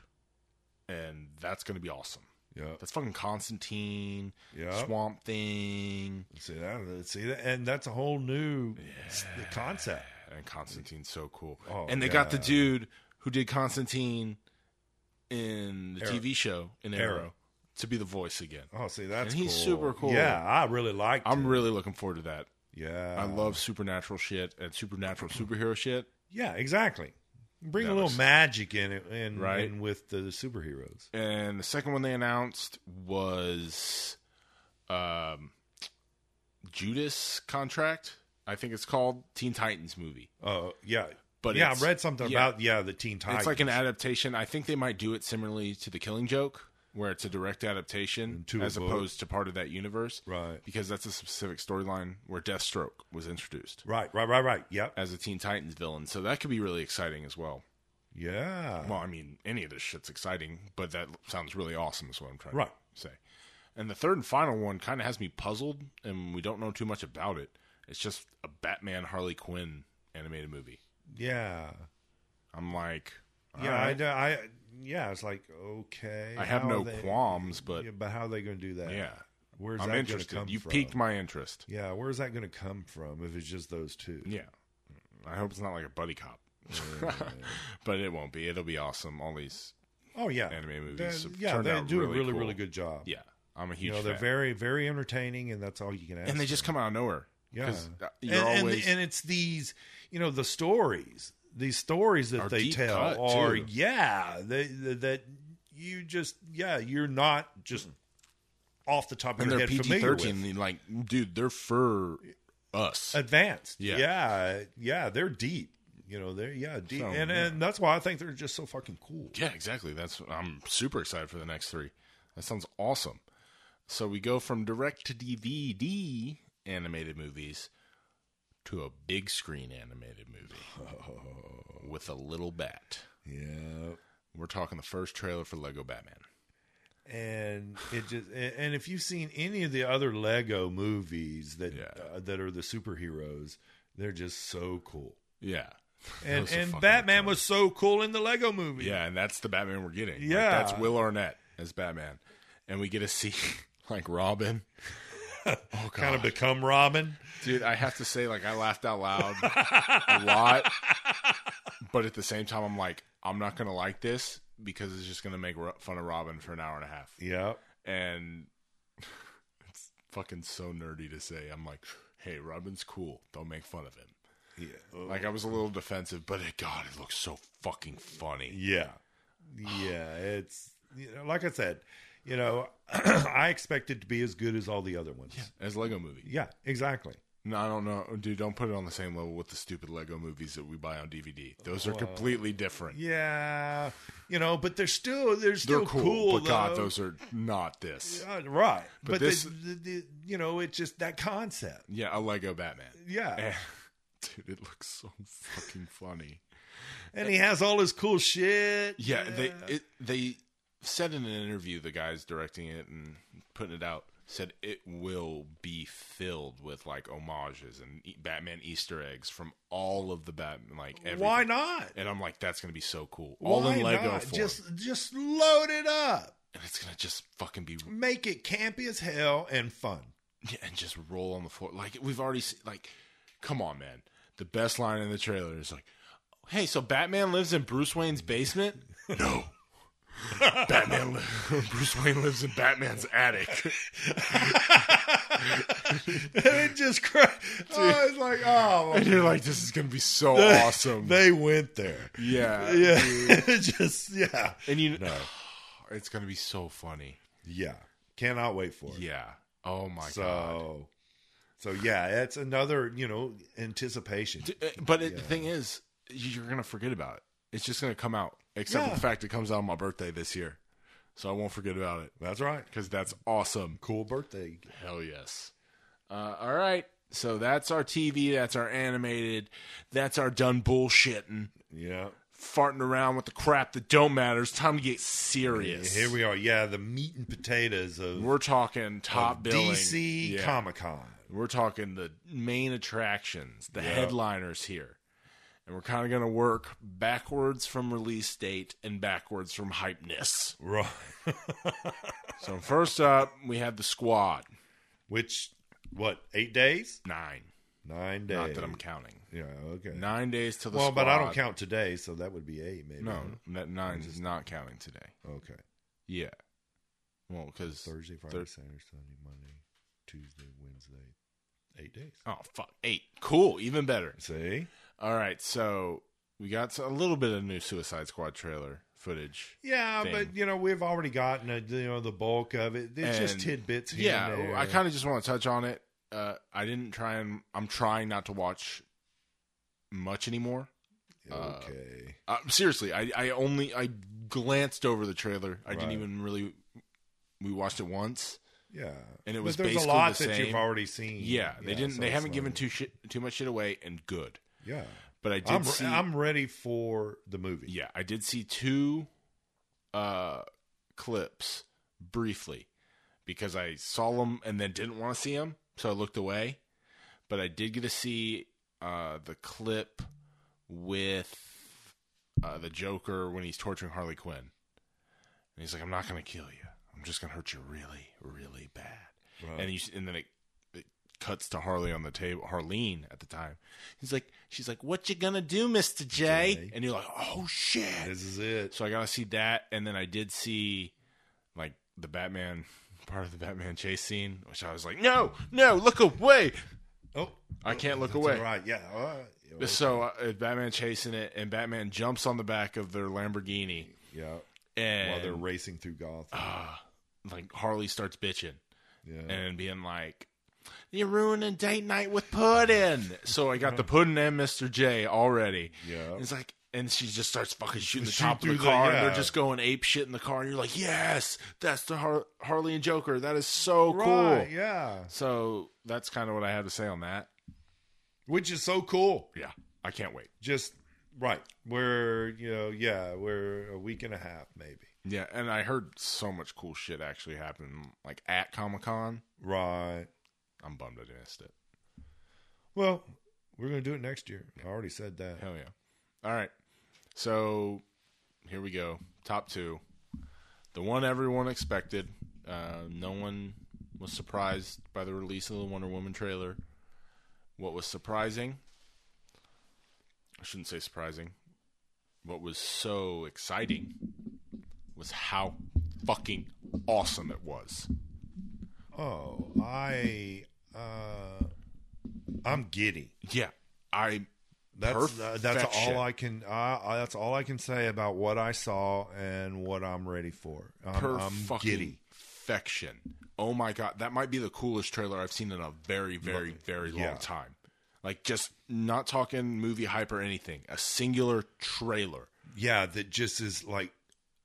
and that's going to be awesome.
Yeah.
That's fucking Constantine,
Yeah.
Swamp Thing.
See that? See that? And that's a whole new s- concept.
and Constantine's so cool.
Oh,
and they got the
yeah.
dude who did Constantine in the
Arrow.
TV show in Arrow,
Arrow.
to be the voice again.
Oh, see, that's
And he's
cool.
super cool.
Yeah, I really like.
I'm really looking forward to that.
Yeah,
I love supernatural shit and supernatural superhero shit.
Yeah, exactly. Bring
That
a little
was-
magic in it, and
Right.
and with the superheroes.
And the second one they announced was um, Judas Contract. I think it's called Teen Titans movie.
Oh, yeah,
But
yeah,
it's,
I read something
yeah.
about yeah the Teen Titans.
it's like an adaptation. I think they might do it similarly to The Killing Joke, where it's a direct adaptation
To a
as
book.
opposed to part of that universe,
right,
because that's a specific storyline where Deathstroke was introduced
right, right, right, right. Yep,
as a Teen Titans villain. So that could be really exciting as well.
yeah,
Well, I mean, any of this shit's exciting, but that sounds really awesome, is what I'm trying
right.
to say. And the third and final one kind of has me puzzled, and we don't know too much about it. It's just a Batman Harley Quinn animated movie.
Yeah,
I'm like,
yeah,
alright.
I, d- I, yeah. It's like okay.
I have
how
no
are they-
qualms, but
yeah, but how are they going to do that?
yeah,
where's
I'm
that
interested.
Gonna come
You
from?
piqued my interest.
Yeah, where's that going to come from if it's just those two?
Yeah, I hope it's not like a buddy cop, but it won't be. It'll be awesome. All these
Oh yeah,
anime
They're-
movies. have
yeah,
turned
they
out
do
really
a really
cool.
really good job.
Yeah, I'm a
you
huge
know they're
fan.
very very entertaining, and that's all you can ask.
and they just come out of nowhere.
Yeah.
'Cause, uh,
And,
you're
and-
always
and it's these, you know, the stories, these stories that
Are
they
deep cut,
tell are,
too.
yeah, they, they- that you just, yeah, you're not just off the top of
and
your
they're
head
PG
familiar
thirteen.
with.
Like, dude, they're for us.
Advanced,
Yeah.
yeah, yeah, they're deep. You know, they're yeah deep,
So,
and
yeah.
and that's why I think they're just so fucking cool.
Yeah, exactly. That's I'm super excited for the next three. That sounds awesome. So we go from direct to DVD animated movies to a big screen animated movie with a little bat.
Yeah,
We're talking the first trailer for Lego Batman.
and it just and and if you've seen any of the other Lego movies that
Yeah.
uh, that are the superheroes, they're just so cool.
Yeah. Those
and
are fucking
and Batman
iconic.
was so cool in the Lego movie.
Yeah, and that's the Batman we're getting. Like,
Yeah.
that's Will Arnett as Batman. And we get to see like Robin. Oh god.
kind of become Robin.
Dude, I have to say, like, I laughed out loud a lot, but at the same time, I'm like, I'm not gonna like this because it's just gonna make ro- fun of Robin for an hour and a half,
Yeah,
and it's fucking so nerdy to say. I'm like, hey, Robin's cool. Don't make fun of him.
yeah,
Like, I was a little defensive, but it, God, it looks so fucking funny.
yeah, yeah. It's you know, like I said, you know, I expect it to be as good as all the other ones. Yeah,
As a Lego movie,
exactly.
no, I don't know, dude. Don't put it on the same level with the stupid Lego movies that we buy on DVD. Those are completely different.
Yeah, you know, but they're still they're
They're
still
cool, but God,
though.
those are not this.
Uh, right. But,
this-
the, the, the, you know, it's just that concept.
Yeah, a Lego Batman. Eh,
Yeah,
Dude, it looks so fucking funny.
and he has all his cool shit.
eh. Yeah, they it, they said in an interview the guys directing it and putting it out said it will be filled with like homages and e- Batman Easter eggs from all of the Batman like everything.
Why not?
And I'm like, that's gonna be so cool. all
Why
in Lego
not?
form,
Just just load it up.
and it's gonna just fucking be
make it campy as hell and fun.
yeah, and just roll on the floor. Like we've already seen, like, come on, man. The best line in the trailer is like, "Hey, so Batman lives in Bruce Wayne's basement." no, Batman. Li- Bruce Wayne lives in Batman's attic.
it just cra- oh, it's like oh,
and you're like, "This is gonna be so awesome."
they went there.
yeah,
Yeah, It just yeah,
And you, it's gonna be so funny.
yeah. Cannot wait for it.
Yeah. Oh my god.
so, so yeah, that's another you know anticipation.
D- uh, But it, the thing is, you're gonna forget about it. It's just gonna come out, except for
Yeah.
the fact it comes out on my birthday this year, so I won't forget about it.
That's right.
because that's awesome.
Cool birthday.
Hell yes. Uh, all right. So that's our TV. That's our animated. That's our done bullshitting,
Yeah.
farting around with the crap that don't matter. It's time to get serious.
Here we are. Yeah, the meat and potatoes of,
We're talking top
of
billing.
DC
Yeah.
Comic Con.
We're talking the main attractions, the headliners here. And we're kind of going to work backwards from release date and backwards from hypeness.
Right.
So, first up, we have the squad.
Which, what, eight days?
Nine.
Nine days.
Not that I'm counting.
Yeah. Okay.
Nine days till the
well, but I don't
squad-
count today, so that would be eight, maybe.
No,
huh?
that nine
Just-
is not counting today.
Okay.
Yeah. Well, because
Thursday, Friday,
Thur-
Saturday, Sunday, Monday, Tuesday, Wednesday. Eight days.
oh fuck eight, cool, even better.
See?
All right, so we got a little bit of new Suicide Squad trailer footage.
Yeah,
Thing.
but you know we've already gotten a, you know the bulk of it. It's just
And-
tidbits. Here
yeah,
and there.
I kind of just want to touch on it. Uh, I didn't try and I'm trying not to watch much anymore. uh,
okay.
Uh, seriously, I, I only I glanced over the trailer. I didn't
Right.
even really. We watched it once.
Yeah,
And it was
but there's a
basically
lot
the
that
same.
you've already seen.
Yeah, they didn't.
so
they
it's
haven't
not-
given too shit too much shit away, and good.
Yeah,
But I did
I'm,
see.
I'm ready for the movie.
yeah, I did see two uh clips briefly because I saw them and then didn't want to see them, so I looked away. But I did get to see uh the clip with uh the Joker when he's torturing Harley Quinn. And he's like, "I'm not going to kill you. I'm just going to hurt you really, really bad."
Right.
and you s- and then it, it cuts to Harley on the table, Harleen at the time. He's like, she's like, "What you gonna do, Mister J?
Jay.
And you're like, "Oh shit!"
this is it.
So I gotta see that, and then I did see like the Batman part of the Batman chase scene, which I was like, "No, no, look away!
Oh,
I can't look
that's
away."
all Right? Yeah. all right. Yeah,
So uh, Batman chasing it, and Batman jumps on the back of their Lamborghini,
yeah.
and
While they're racing through Gotham.
ah, like Harley starts bitching.
yeah.
and being like, "You're ruining date night with Puddin." So I got the Puddin and Mister J already.
yeah.
And It's like, and she just starts fucking shooting the
Shoot
top of the
through the-
car, and
yeah.
they're just going ape shit in the car. And you're like, "Yes, that's the Har- Harley and Joker. That is so
Right.
cool."
Yeah.
So that's kind of what I had to say on that.
Which is so cool.
Yeah, I can't wait.
Just right. We're you know yeah we're a week and a half maybe.
Yeah, and I heard so much cool shit actually happen, like at Comic Con.
Right.
I'm bummed I missed it.
Well, we're gonna do it next year. I already said that.
Hell yeah. All right. So here we go. Top two. The one everyone expected. Uh, no one was surprised by the release of the Wonder Woman trailer. What was surprising? I shouldn't say surprising. What was so exciting was how fucking awesome it was.
Oh, I uh I'm giddy.
Yeah. I
That's uh, that's
Perfection.
all I can I, I that's all I can say about what I saw and what I'm ready for. I'm,
per
I'm
fucking
giddy.
perfection. Oh my god, that might be the coolest trailer I've seen in a very, very, very long
yeah.
time. Like just not talking movie hype or anything. A singular trailer.
Yeah, that just is like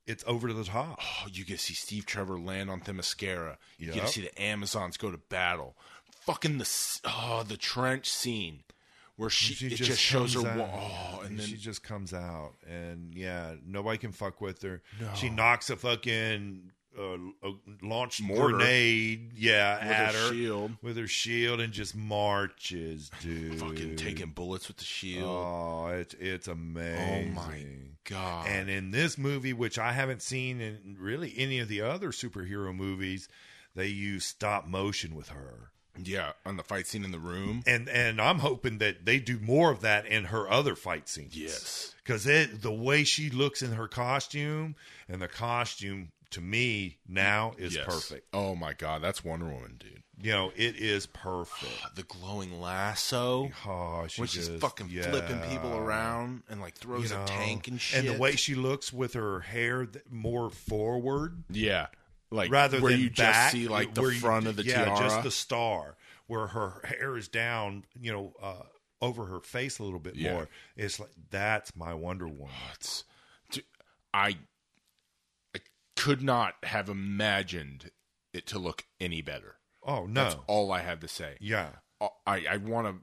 it's over the top.
Oh, you get to see Steve Trevor land on Themyscira. You get
Yep.
to see the Amazons go to battle. Fucking the s- oh the trench scene where she,
She
it
just
just, shows her
comes out.
wall oh, and then
she just comes out and yeah, nobody can fuck with her.
No.
She knocks a fucking uh, a launch
Mortar.
grenade, yeah,
with
at
her
her
shield,
with her shield and just marches, dude.
fucking taking bullets with the shield.
Oh, it's it's amazing.
god.
And in this movie, which I haven't seen in really any of the other superhero movies, they use stop motion with her.
yeah, on the fight scene in the room.
And and I'm hoping that they do more of that in her other fight scenes.
Yes.
Cuz it the way she looks in her costume and the costume to me now is
Yes.
perfect.
Oh my god, that's Wonder Woman, dude.
You know, it is perfect.
The glowing lasso
Oh, she
when she's
just-
fucking
yeah.
flipping people around and like
You
throws
know,
a tank and shit.
the way she looks with her hair th- more forward
yeah, like
rather
where
than
you just
back,
see like the
where you-
front of the
yeah,
tiara.
just the star where her hair is down, you know, uh, over her face a little bit
Yeah.
more. It's like that's my Wonder Woman.
It's- dude, I, I could not have imagined it to look any better.
Oh no,
That's all I have to say.
yeah,
I, I want to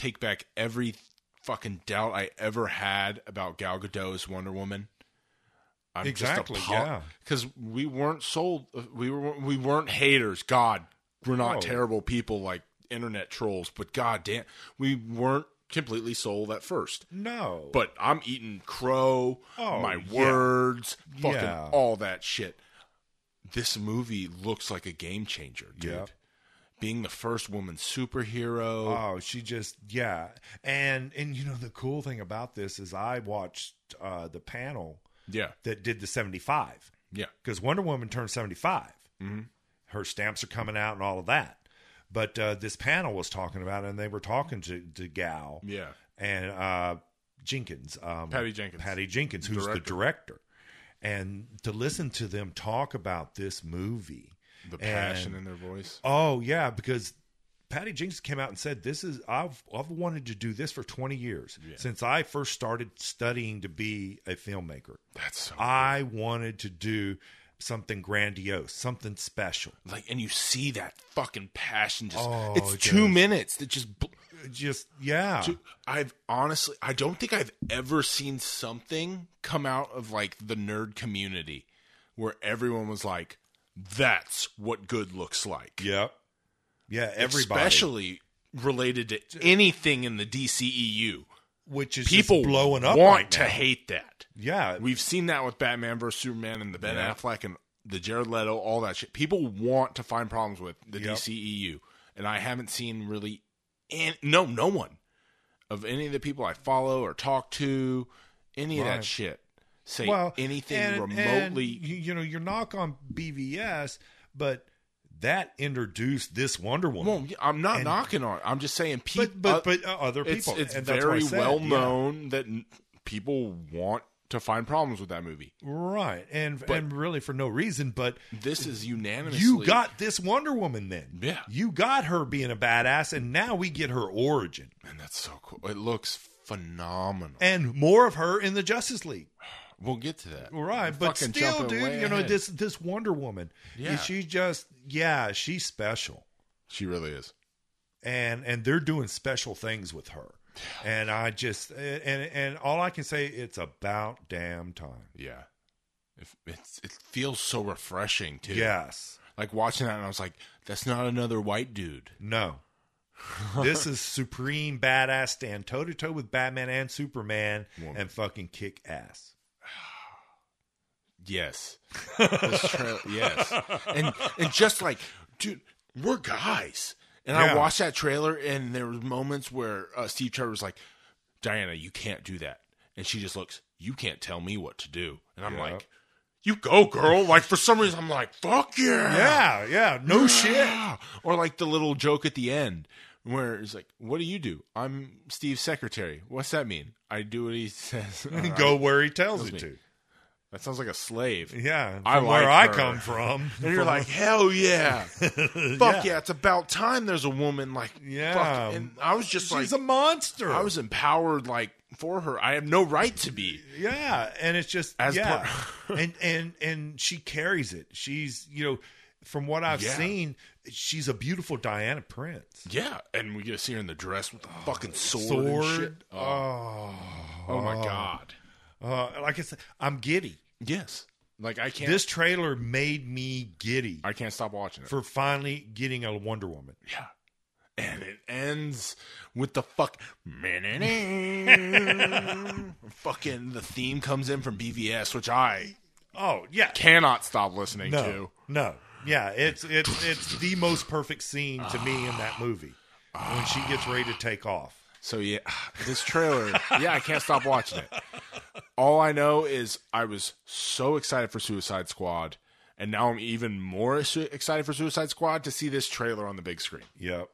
take back every fucking doubt I ever had about Gal Gadot's Wonder Woman. I'm
Exactly, yeah.
Because we weren't sold. We were we weren't haters. God, we're not
No.
terrible people like internet trolls. But god damn, we weren't completely sold at first.
no,
But I'm eating crow.
Oh,
my
yeah.
words, fucking
Yeah.
all that shit. This movie looks like a game changer, dude.
Yep.
being the first woman superhero.
Oh, she just yeah. And and you know the cool thing about this is I watched uh the panel
yeah,
that did the 75
yeah,
because Wonder Woman turned 75.
Mhm.
Her stamps are coming out and all of that. But uh, this panel was talking about it, and they were talking to, to Gal
yeah.
and uh, Jenkins. Um,
Patty Jenkins.
Patty Jenkins, who's the director. And to listen to them talk about this movie.
The
and-
passion in their voice.
Oh, yeah, because Patty Jenkins came out and said, This is, I've, I've wanted to do this for 20 years
Yeah.
since I first started studying to be a filmmaker.
That's so
I wanted to do something grandiose, something special.
like, and you see that fucking passion. Just
Oh,
it's
it
two
does.
minutes that just. Bl-
Just yeah.
Dude, I've honestly, I don't think I've ever seen something come out of like the nerd community where everyone was like, "That's what good looks like."
Yep. Yeah, everybody.
especially related to anything in the DCEU.
which is
People
just blowing up
want
right
to
now.
hate that.
Yeah.
We've seen that with Batman versus Superman and the Ben
Yeah.
Affleck and the Jared Leto, all that shit. People want to find problems with the
Yep.
DCEU. And I haven't seen really an no, no one of any of the people I follow or talk to, any of that
Right.
shit say
well,
anything
and- and
remotely.
you, you know, your knock on BVS, but that introduced this Wonder
well,
Woman.
I'm not
and-
knocking on it. I'm just saying people.
but but but uh, other
it's,
people.
it's
and that's what I
very
said,
well
yeah.
known that n- people want to find problems with that movie.
Right. And and really for no reason, but
This is unanimously.
you got this Wonder Woman then.
Yeah.
You got her being a badass and now we get her origin.
Man, that's so cool. It looks phenomenal.
and more of her in the Justice League.
We'll get to that.
Right,
We're
but
fucking
still,
jumping
dude,
way
you know
ahead.
this this Wonder Woman.
Yeah.
Yeah, she just yeah, she's special,
She really is.
and and they're doing special things with her. And I just and and all I can say, it's about damn time.
Yeah. If it's it feels so refreshing too.
Yes,
Like watching that and I was like, that's not another white dude.
no, this is supreme badass. Stand toe to toe with Batman and Superman,
Woman.
and fucking kick ass.
Yes. This trail- yes. And and just like, dude, we're guys. And I
Yeah.
watched that trailer and there were moments where uh, Steve Trevor was like, Diana, you can't do that. And she just looks, you can't tell me what to do. And I'm
Yeah.
like, you go, girl. Like for some reason I'm like, fuck yeah.
Yeah, yeah, no
Oh,
shit.
Yeah. Ah. Or like the little joke at the end where it's like, "What do you do?" I'm Steve's secretary. What's that mean? I do what he says.
Go where he tells
Tells
you
me.
to.
That sounds like a slave.
Yeah,
I
from
like
where I
her.
come from.
And you're like, "Hell yeah, fuck yeah. It's about time there's a woman like,
Yeah.
Fuck. And I was just
She's
like,
a monster.
I was empowered like for her. I have no right to be.
yeah, and it's just
As
yeah,
per-
and and and she carries it. She's you know, from what I've
Yeah.
seen, she's a beautiful Diana Prince.
Yeah, and we get to see her in the dress with the fucking Oh, sword. and shit.
Sword.
Oh,
Oh,
oh my god.
Uh, like I said, I'm giddy.
Yes. Like I can't.
This trailer made me giddy
I can't stop watching it.
for finally getting a Wonder Woman.
Yeah. And it ends with the fuck. fucking the theme comes in from BVS, which I
Oh yeah,
cannot stop listening
no,
to.
no, yeah. It's it's it's the most perfect scene to me in that movie when she gets ready to take off.
So yeah, this trailer, yeah, I can't stop watching it. All I know is I was so excited for Suicide Squad, and now I'm even more su- excited for Suicide Squad to see this trailer on the big screen.
Yep.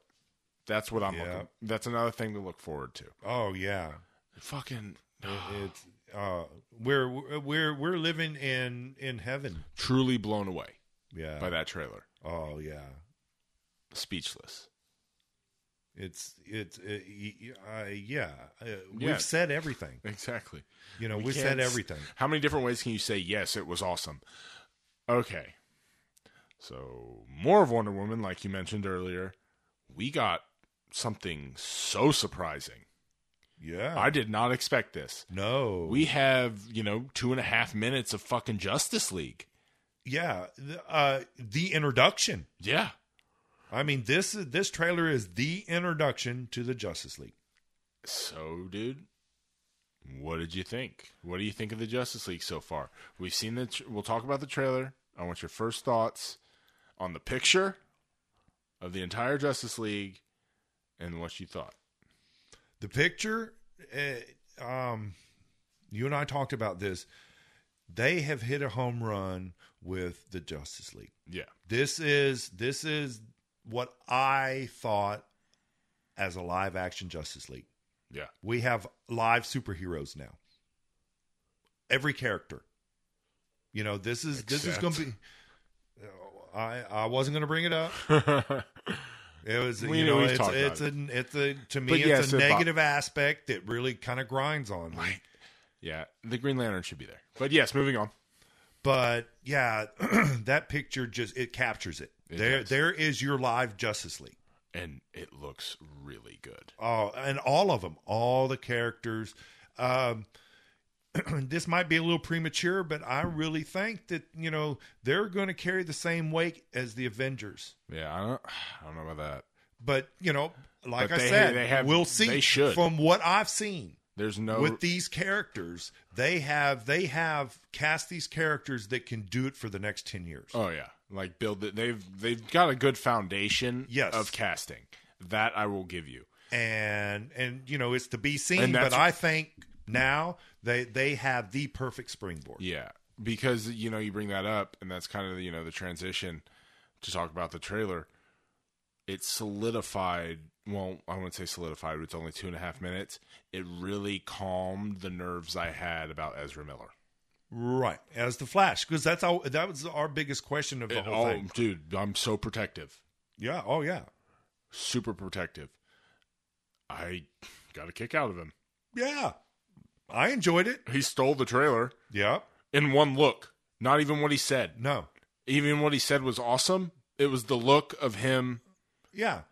That's what I'm
Yeah.
looking. That's another thing to look forward to.
Oh yeah.
Fucking
it's uh we're we're we're living in in heaven
truly blown away
yeah
by that trailer.
oh yeah
Speechless.
it's it's uh, y- y- uh, yeah uh,
Yeah.
we've said everything
Exactly.
you know
We
we have said
can't s-
everything
How many different ways can you say yes? It was awesome. Okay, so more of Wonder Woman, like you mentioned earlier, we got something so surprising.
yeah
I did not expect this.
no
We have you know two and a half minutes of fucking Justice League.
yeah th- uh the introduction
Yeah,
i mean this is this trailer is the introduction to the justice league
So, dude, what did you think? What do you think of the Justice League so far? We've seen the. Tr- we'll talk about the trailer. I want your first thoughts on the picture, of the entire Justice League and what you thought.
The picture, eh, um, you and I talked about this. They have hit a home run with the Justice League.
Yeah.
This is this is what I thought as a live action Justice League.
Yeah.
We have live superheroes now. Every character. You know, this is this is
Except-
going to be I I wasn't going to bring it up. It was
We-
you know
we've
it's
talked
it's
about
a it's a to me
But
it's
yeah,
a
so Bob-
negative aspect that really kind of grinds on me.
like, yeah, the Green Lantern should be there. But yes, moving on.
But yeah, that picture just it captures it.
It
there
does.
there is your live Justice League.
And it looks really good.
Oh, and all of them, all the characters. Um, this might be a little premature, but I really think that you know they're going to carry the same weight as the Avengers.
Yeah, I don't, I don't know about that.
But you know, like
But
I
they-
said,
they have-
we'll see.
they should.
from what I've seen
There's no
with these characters, they have they have cast these characters that can do it for the next ten years.
Oh yeah, like build it. They've they've got a good foundation.
Yes.
of casting that I will give you.
and and you know it's to be seen,
And that's-
but I think now they they have the perfect springboard.
Yeah, because you know you bring that up, and that's kind of you know the transition to talk about the trailer. It solidified. Well, I wouldn't say solidified. It's only two and a half minutes. It really calmed the nerves I had about Ezra Miller.
Right, as the Flash, because that's all. That was our biggest question of the
It-
whole
oh,
thing.
dude, I'm so protective.
Yeah. Oh, yeah.
super protective. I got a kick out of him.
Yeah. I enjoyed it.
He stole the trailer
Yeah.
in one look. Not even what he said.
No.
Even what he said was awesome. It was the look of him
Yeah.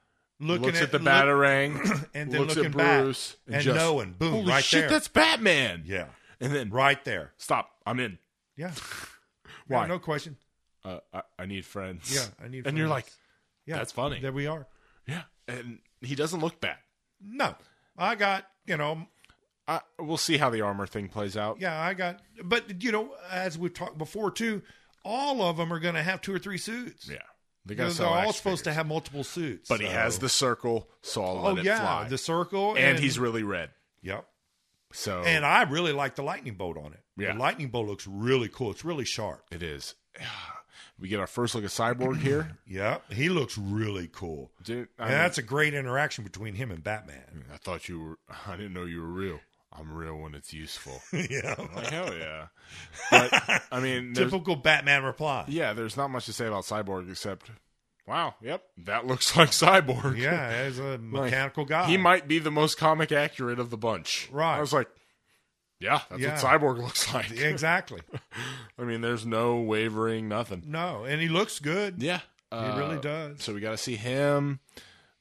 looks at, the
look-
batarang
and then
looks
looking
at
back
Bruce
and,
just,
knowing, boom,
holy
right
shit,
there.
that's Batman.
yeah.
And then
Right there.
stop. I'm in.
Yeah.
Why?
No, no question.
Uh, I, I need friends.
Yeah, I need.
And you're
friends.
like, that's funny.
There we are.
yeah. And he doesn't look bad.
No, I got you know
I, we'll see how the armor thing plays out.
Yeah, I got. But you know, as we've talked before too, all of them are going to have two or three suits.
Yeah. They
You
gotta
know, they're
sell
all
action
"Oh, supposed
figures.
to have multiple suits.
But he
so-
has the circle, so I'll
Oh
let
yeah,
it fly.
the circle,
and, he's really red.
yep.
So
And I really like the lightning bolt on it.
Yeah.
the lightning bolt looks really cool. It's really sharp.
it is. We get our first look at Cyborg here,
Yeah, he looks really cool.
dude. I,
And that's a great interaction between him and Batman.
mean, I thought you were. I didn't know you were real. I'm real when it's useful.
yeah,
like hell yeah. But I mean, there's,
typical Batman reply.
yeah, there's not much to say about Cyborg except, wow, yep, that looks like Cyborg.
Yeah, as a mechanical guy,
he might be the most comic accurate of the bunch.
Right.
I was like, yeah, that's
Yeah.
what Cyborg looks like.
exactly.
I mean, there's no wavering, nothing.
No, and he looks good.
Yeah.
he
uh,
really does.
So we got to see him.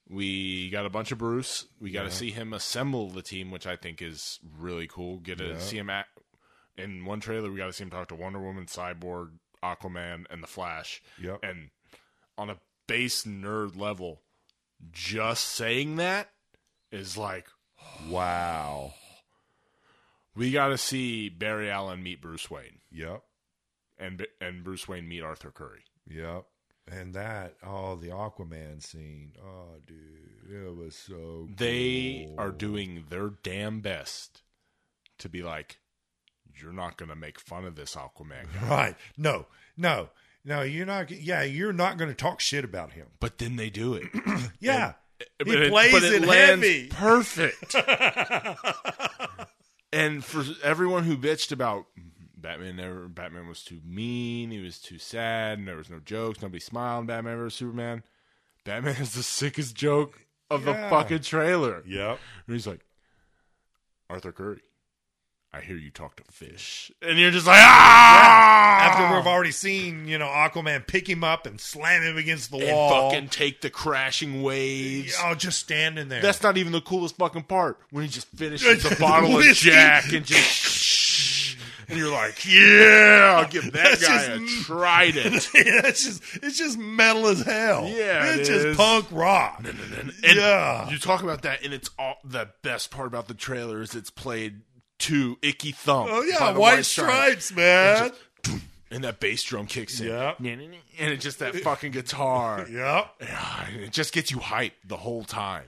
We got a bunch of Bruce. We got to see him assemble the team, which I think is really cool. Get to
Yeah.
see him act in one trailer. We got to see him talk to Wonder Woman, Cyborg, Aquaman, and the Flash.
Yep.
And on a base nerd level, just saying that is like
Wow.
we got to see Barry Allen meet Bruce Wayne,
Yep.
and and Bruce Wayne meet Arthur Curry.
Yep. And that, oh, the Aquaman scene. Oh, dude. It was so
they
cool.
are doing their damn best to be like, you're not going to make fun of this Aquaman guy.
Right. No, no, no. You're not, yeah, you're not going to talk shit about him.
But then they do it.
Yeah.
But
plays
but
it
lands
heavy.
Perfect. and for everyone who bitched about Batman never Batman was too mean, he was too sad, and there was no jokes, nobody smiled in Batman vs Superman. Batman is the sickest joke of the
Yeah.
fucking trailer.
yep.
And he's like, Arthur Curry, I hear you talk to fish. And you're just like, ah!
After we've already seen, you know, Aquaman pick him up and slam him against the
and
wall.
fucking take the crashing waves.
oh, just standing there.
That's not even the coolest fucking part. When he just finishes the
The
bottle of
whiskey.
Jack and just. And you're like, yeah, I'll give that
That's
guy
just-
a trident.
it's just it's just metal as hell.
Yeah, it
it's
is.
just punk rock.
And
yeah,
you talk about that, and it's all the best part about the trailer is it's played to Icky Thump.
oh yeah,
by
white,
the Stripes.
stripes, man.
just- and that bass drum kicks in,
Yep.
and it's just that fucking guitar.
Yep.
Ah, It just gets you hyped the whole time.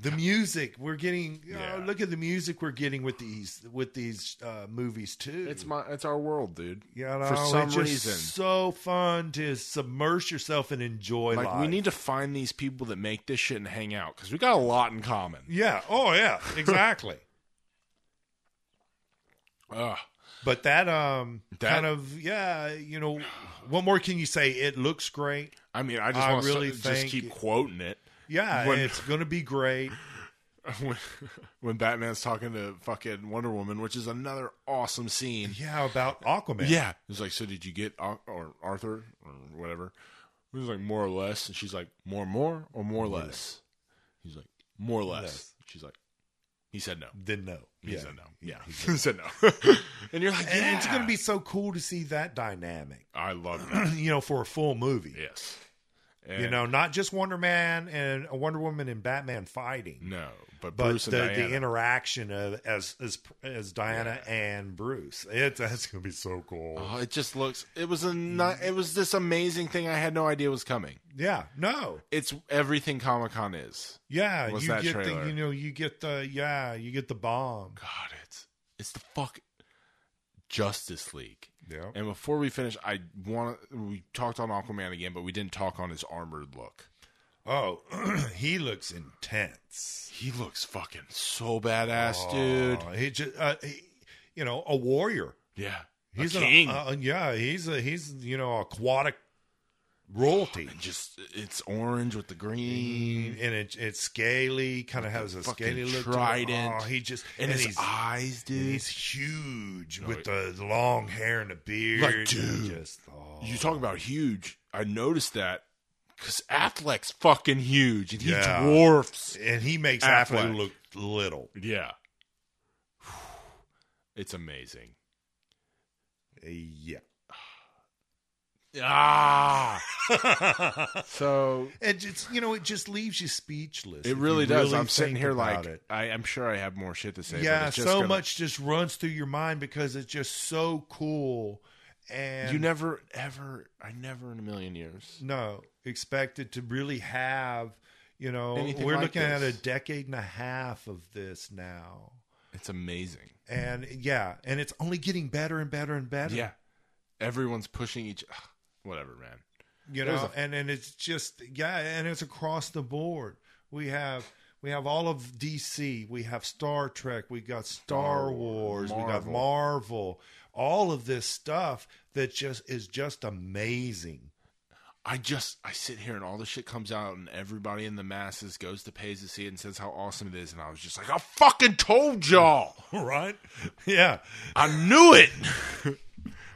The music we're getting.
Yeah.
Oh, look at the music we're getting with these with these uh, movies too.
It's my, it's our world, dude.
you know,
for some
it's just
reason.
so fun to submerge yourself and enjoy.
Like we
life.
need to find these people that make this shit and hang out because we got a lot in common.
Yeah. Oh yeah. Exactly.
Ugh.
but that um
That-
kind of yeah. You know, what more can you say? It looks great.
I mean, I just
I
want to
really
just
think-
keep quoting it.
Yeah,
When-
it's gonna be great.
when, when Batman's talking to fucking Wonder Woman, which is another awesome scene.
Yeah, about Aquaman.
Yeah, it's like, so did you get Ar- or Arthur or whatever? He was like more or less, and she's like more more or more less. He's like more or less.
Less.
She's like, he said no.
Then no.
He
Yeah.
said no. Yeah, he said no. and you're like,
And it's
yeah.
gonna be so cool to see that dynamic.
I love that.
you know, for a full movie.
yes.
You
And-
know, not just Wonder Man and uh, Wonder Woman and Batman fighting,
no, but,
but
Mm, Bruce
the,
and Diana.
the interaction of as as as Diana and Bruce. It's that's gonna be so cool.
Oh, it just looks. It was a. ni- It was this amazing thing I had no idea was coming.
yeah. No.
It's everything Comic Con is.
Yeah.
What's
you
that
get
trailer?
the you know you get the yeah you get the bomb.
God, it's it's the fuck Justice League.
Yeah.
And before we finish, I want to. we talked on Aquaman again, but we didn't talk on his armored look.
Oh, he looks intense,
He looks fucking so badass, dude.
Oh, he just uh, he, you know a warrior.
Yeah,
He's
a
an-
king.
uh, yeah, he's a he's you know aquatic royalty.
and just it's orange with the green,
and it, it's scaly, kind of has a
Mm-hmm. fucking
scaly look. to it.
trident.
Oh, he just
and, his
he's,
eyes, dude.
and he's huge
No,
with the long hair and the beard.
Like,
and
dude,
just, oh.
you talk about huge. I noticed that because Affleck's fucking huge, and he
Yeah.
dwarfs
and he makes
Affleck.
Affleck look little.
Yeah. It's amazing.
Yeah,
Ah. so
and it's you know it just leaves you speechless.
it
if
really
you
does. I'm sitting
think
here
about
like
it.
I, I'm sure I have more shit to say. but
yeah,
it's just
so
gonna-
much just runs through your mind because it's just so cool, and
You never ever. I never in a million years.
no expected to really have you know
Anything
we're
like
looking at a
this.
decade and a half of this now
It's amazing.
and yeah and it's only getting better and better and better
Yeah. Everyone's pushing each. ugh, Whatever, man.
you
There's
know and and it's just yeah and it's across the board we have we have all of DC we have Star Trek we got Star
Star Wars,
Wars we got
Oh, Marvel.
Marvel all of this stuff that just is just amazing
I just I sit here and all this shit comes out and everybody in the masses goes to pays to see it and says how awesome it is and I was just like I fucking told y'all
right yeah
I knew it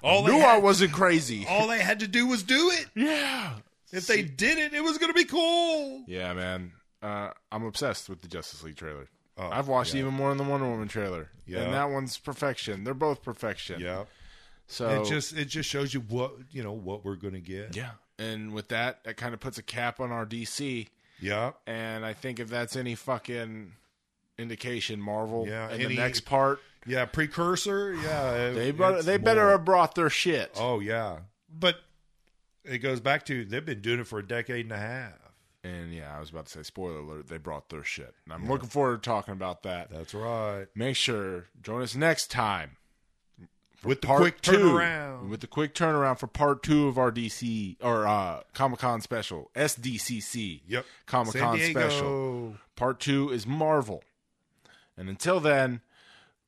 all
knew
they
I
had,
wasn't crazy
all they had to do was do it
yeah
If they did it, it was going to be cool.
Yeah, man. Uh, I'm obsessed with the Justice League trailer.
Oh,
I've watched
yeah.
even more than the Wonder Woman trailer.
Yeah.
And that one's perfection. They're both perfection. So
It just it just shows you what you know what we're going to get.
Yeah. And with that, that kind of puts a cap on our DC.
Yeah.
And I think if that's any fucking indication, Marvel
Yeah,
and the
any-
next part,
Yeah, precursor. Yeah. it-
they better,
it's
they better
more-
have brought their shit.
Oh yeah. But it goes back to they've been doing it for a decade and a half.
And yeah, I was about to say spoiler alert, they brought their shit. And I'm looking forward to talking about that.
That's right.
Make sure join us next time.
With the
part
quick
two
turnaround.
with the quick turnaround for part two of our DC or uh, Comic Con special SDCC
yep.
Comic Con
San
special.
Diego.
Part two is Marvel, and until then,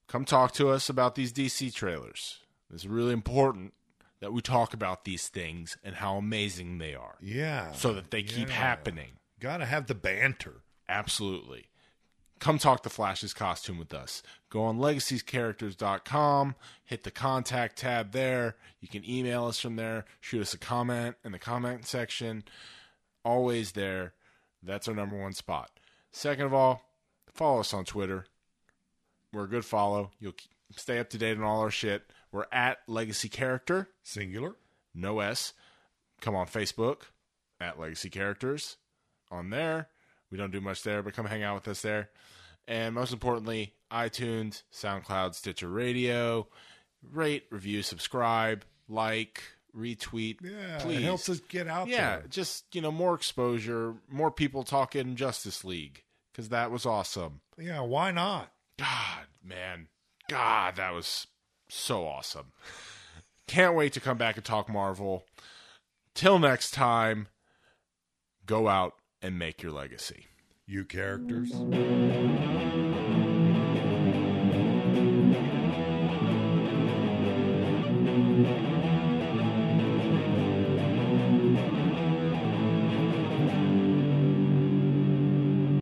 come talk to us about these DC trailers. It's really important that we talk about these things and how amazing they are,
Yeah.
so that they keep
Yeah.
happening.
got to have the banter.
Absolutely. Come talk the Flash's costume with us. Go on legaciescharacters.com, hit the contact tab there. You can email us from there, shoot us a comment in the comment section. Always there. That's our number one spot. Second of all, follow us on Twitter. We're a good follow. You'll k- stay up to date on all our shit. We're at Legacy Character
Singular.
no S. Come on Facebook at Legacy Characters on there. We don't do much there, but come hang out with us there. And most importantly, iTunes, SoundCloud, Stitcher Radio. Rate, review, subscribe. like, retweet.
Yeah,
please.
it helps us get out
yeah,
there.
just you know, more exposure, more people talking Justice League because that was awesome.
Yeah, why not?
God, man, God, that was so awesome. Can't wait to come back and talk Marvel. Till next time, go out and make your legacy.
You characters.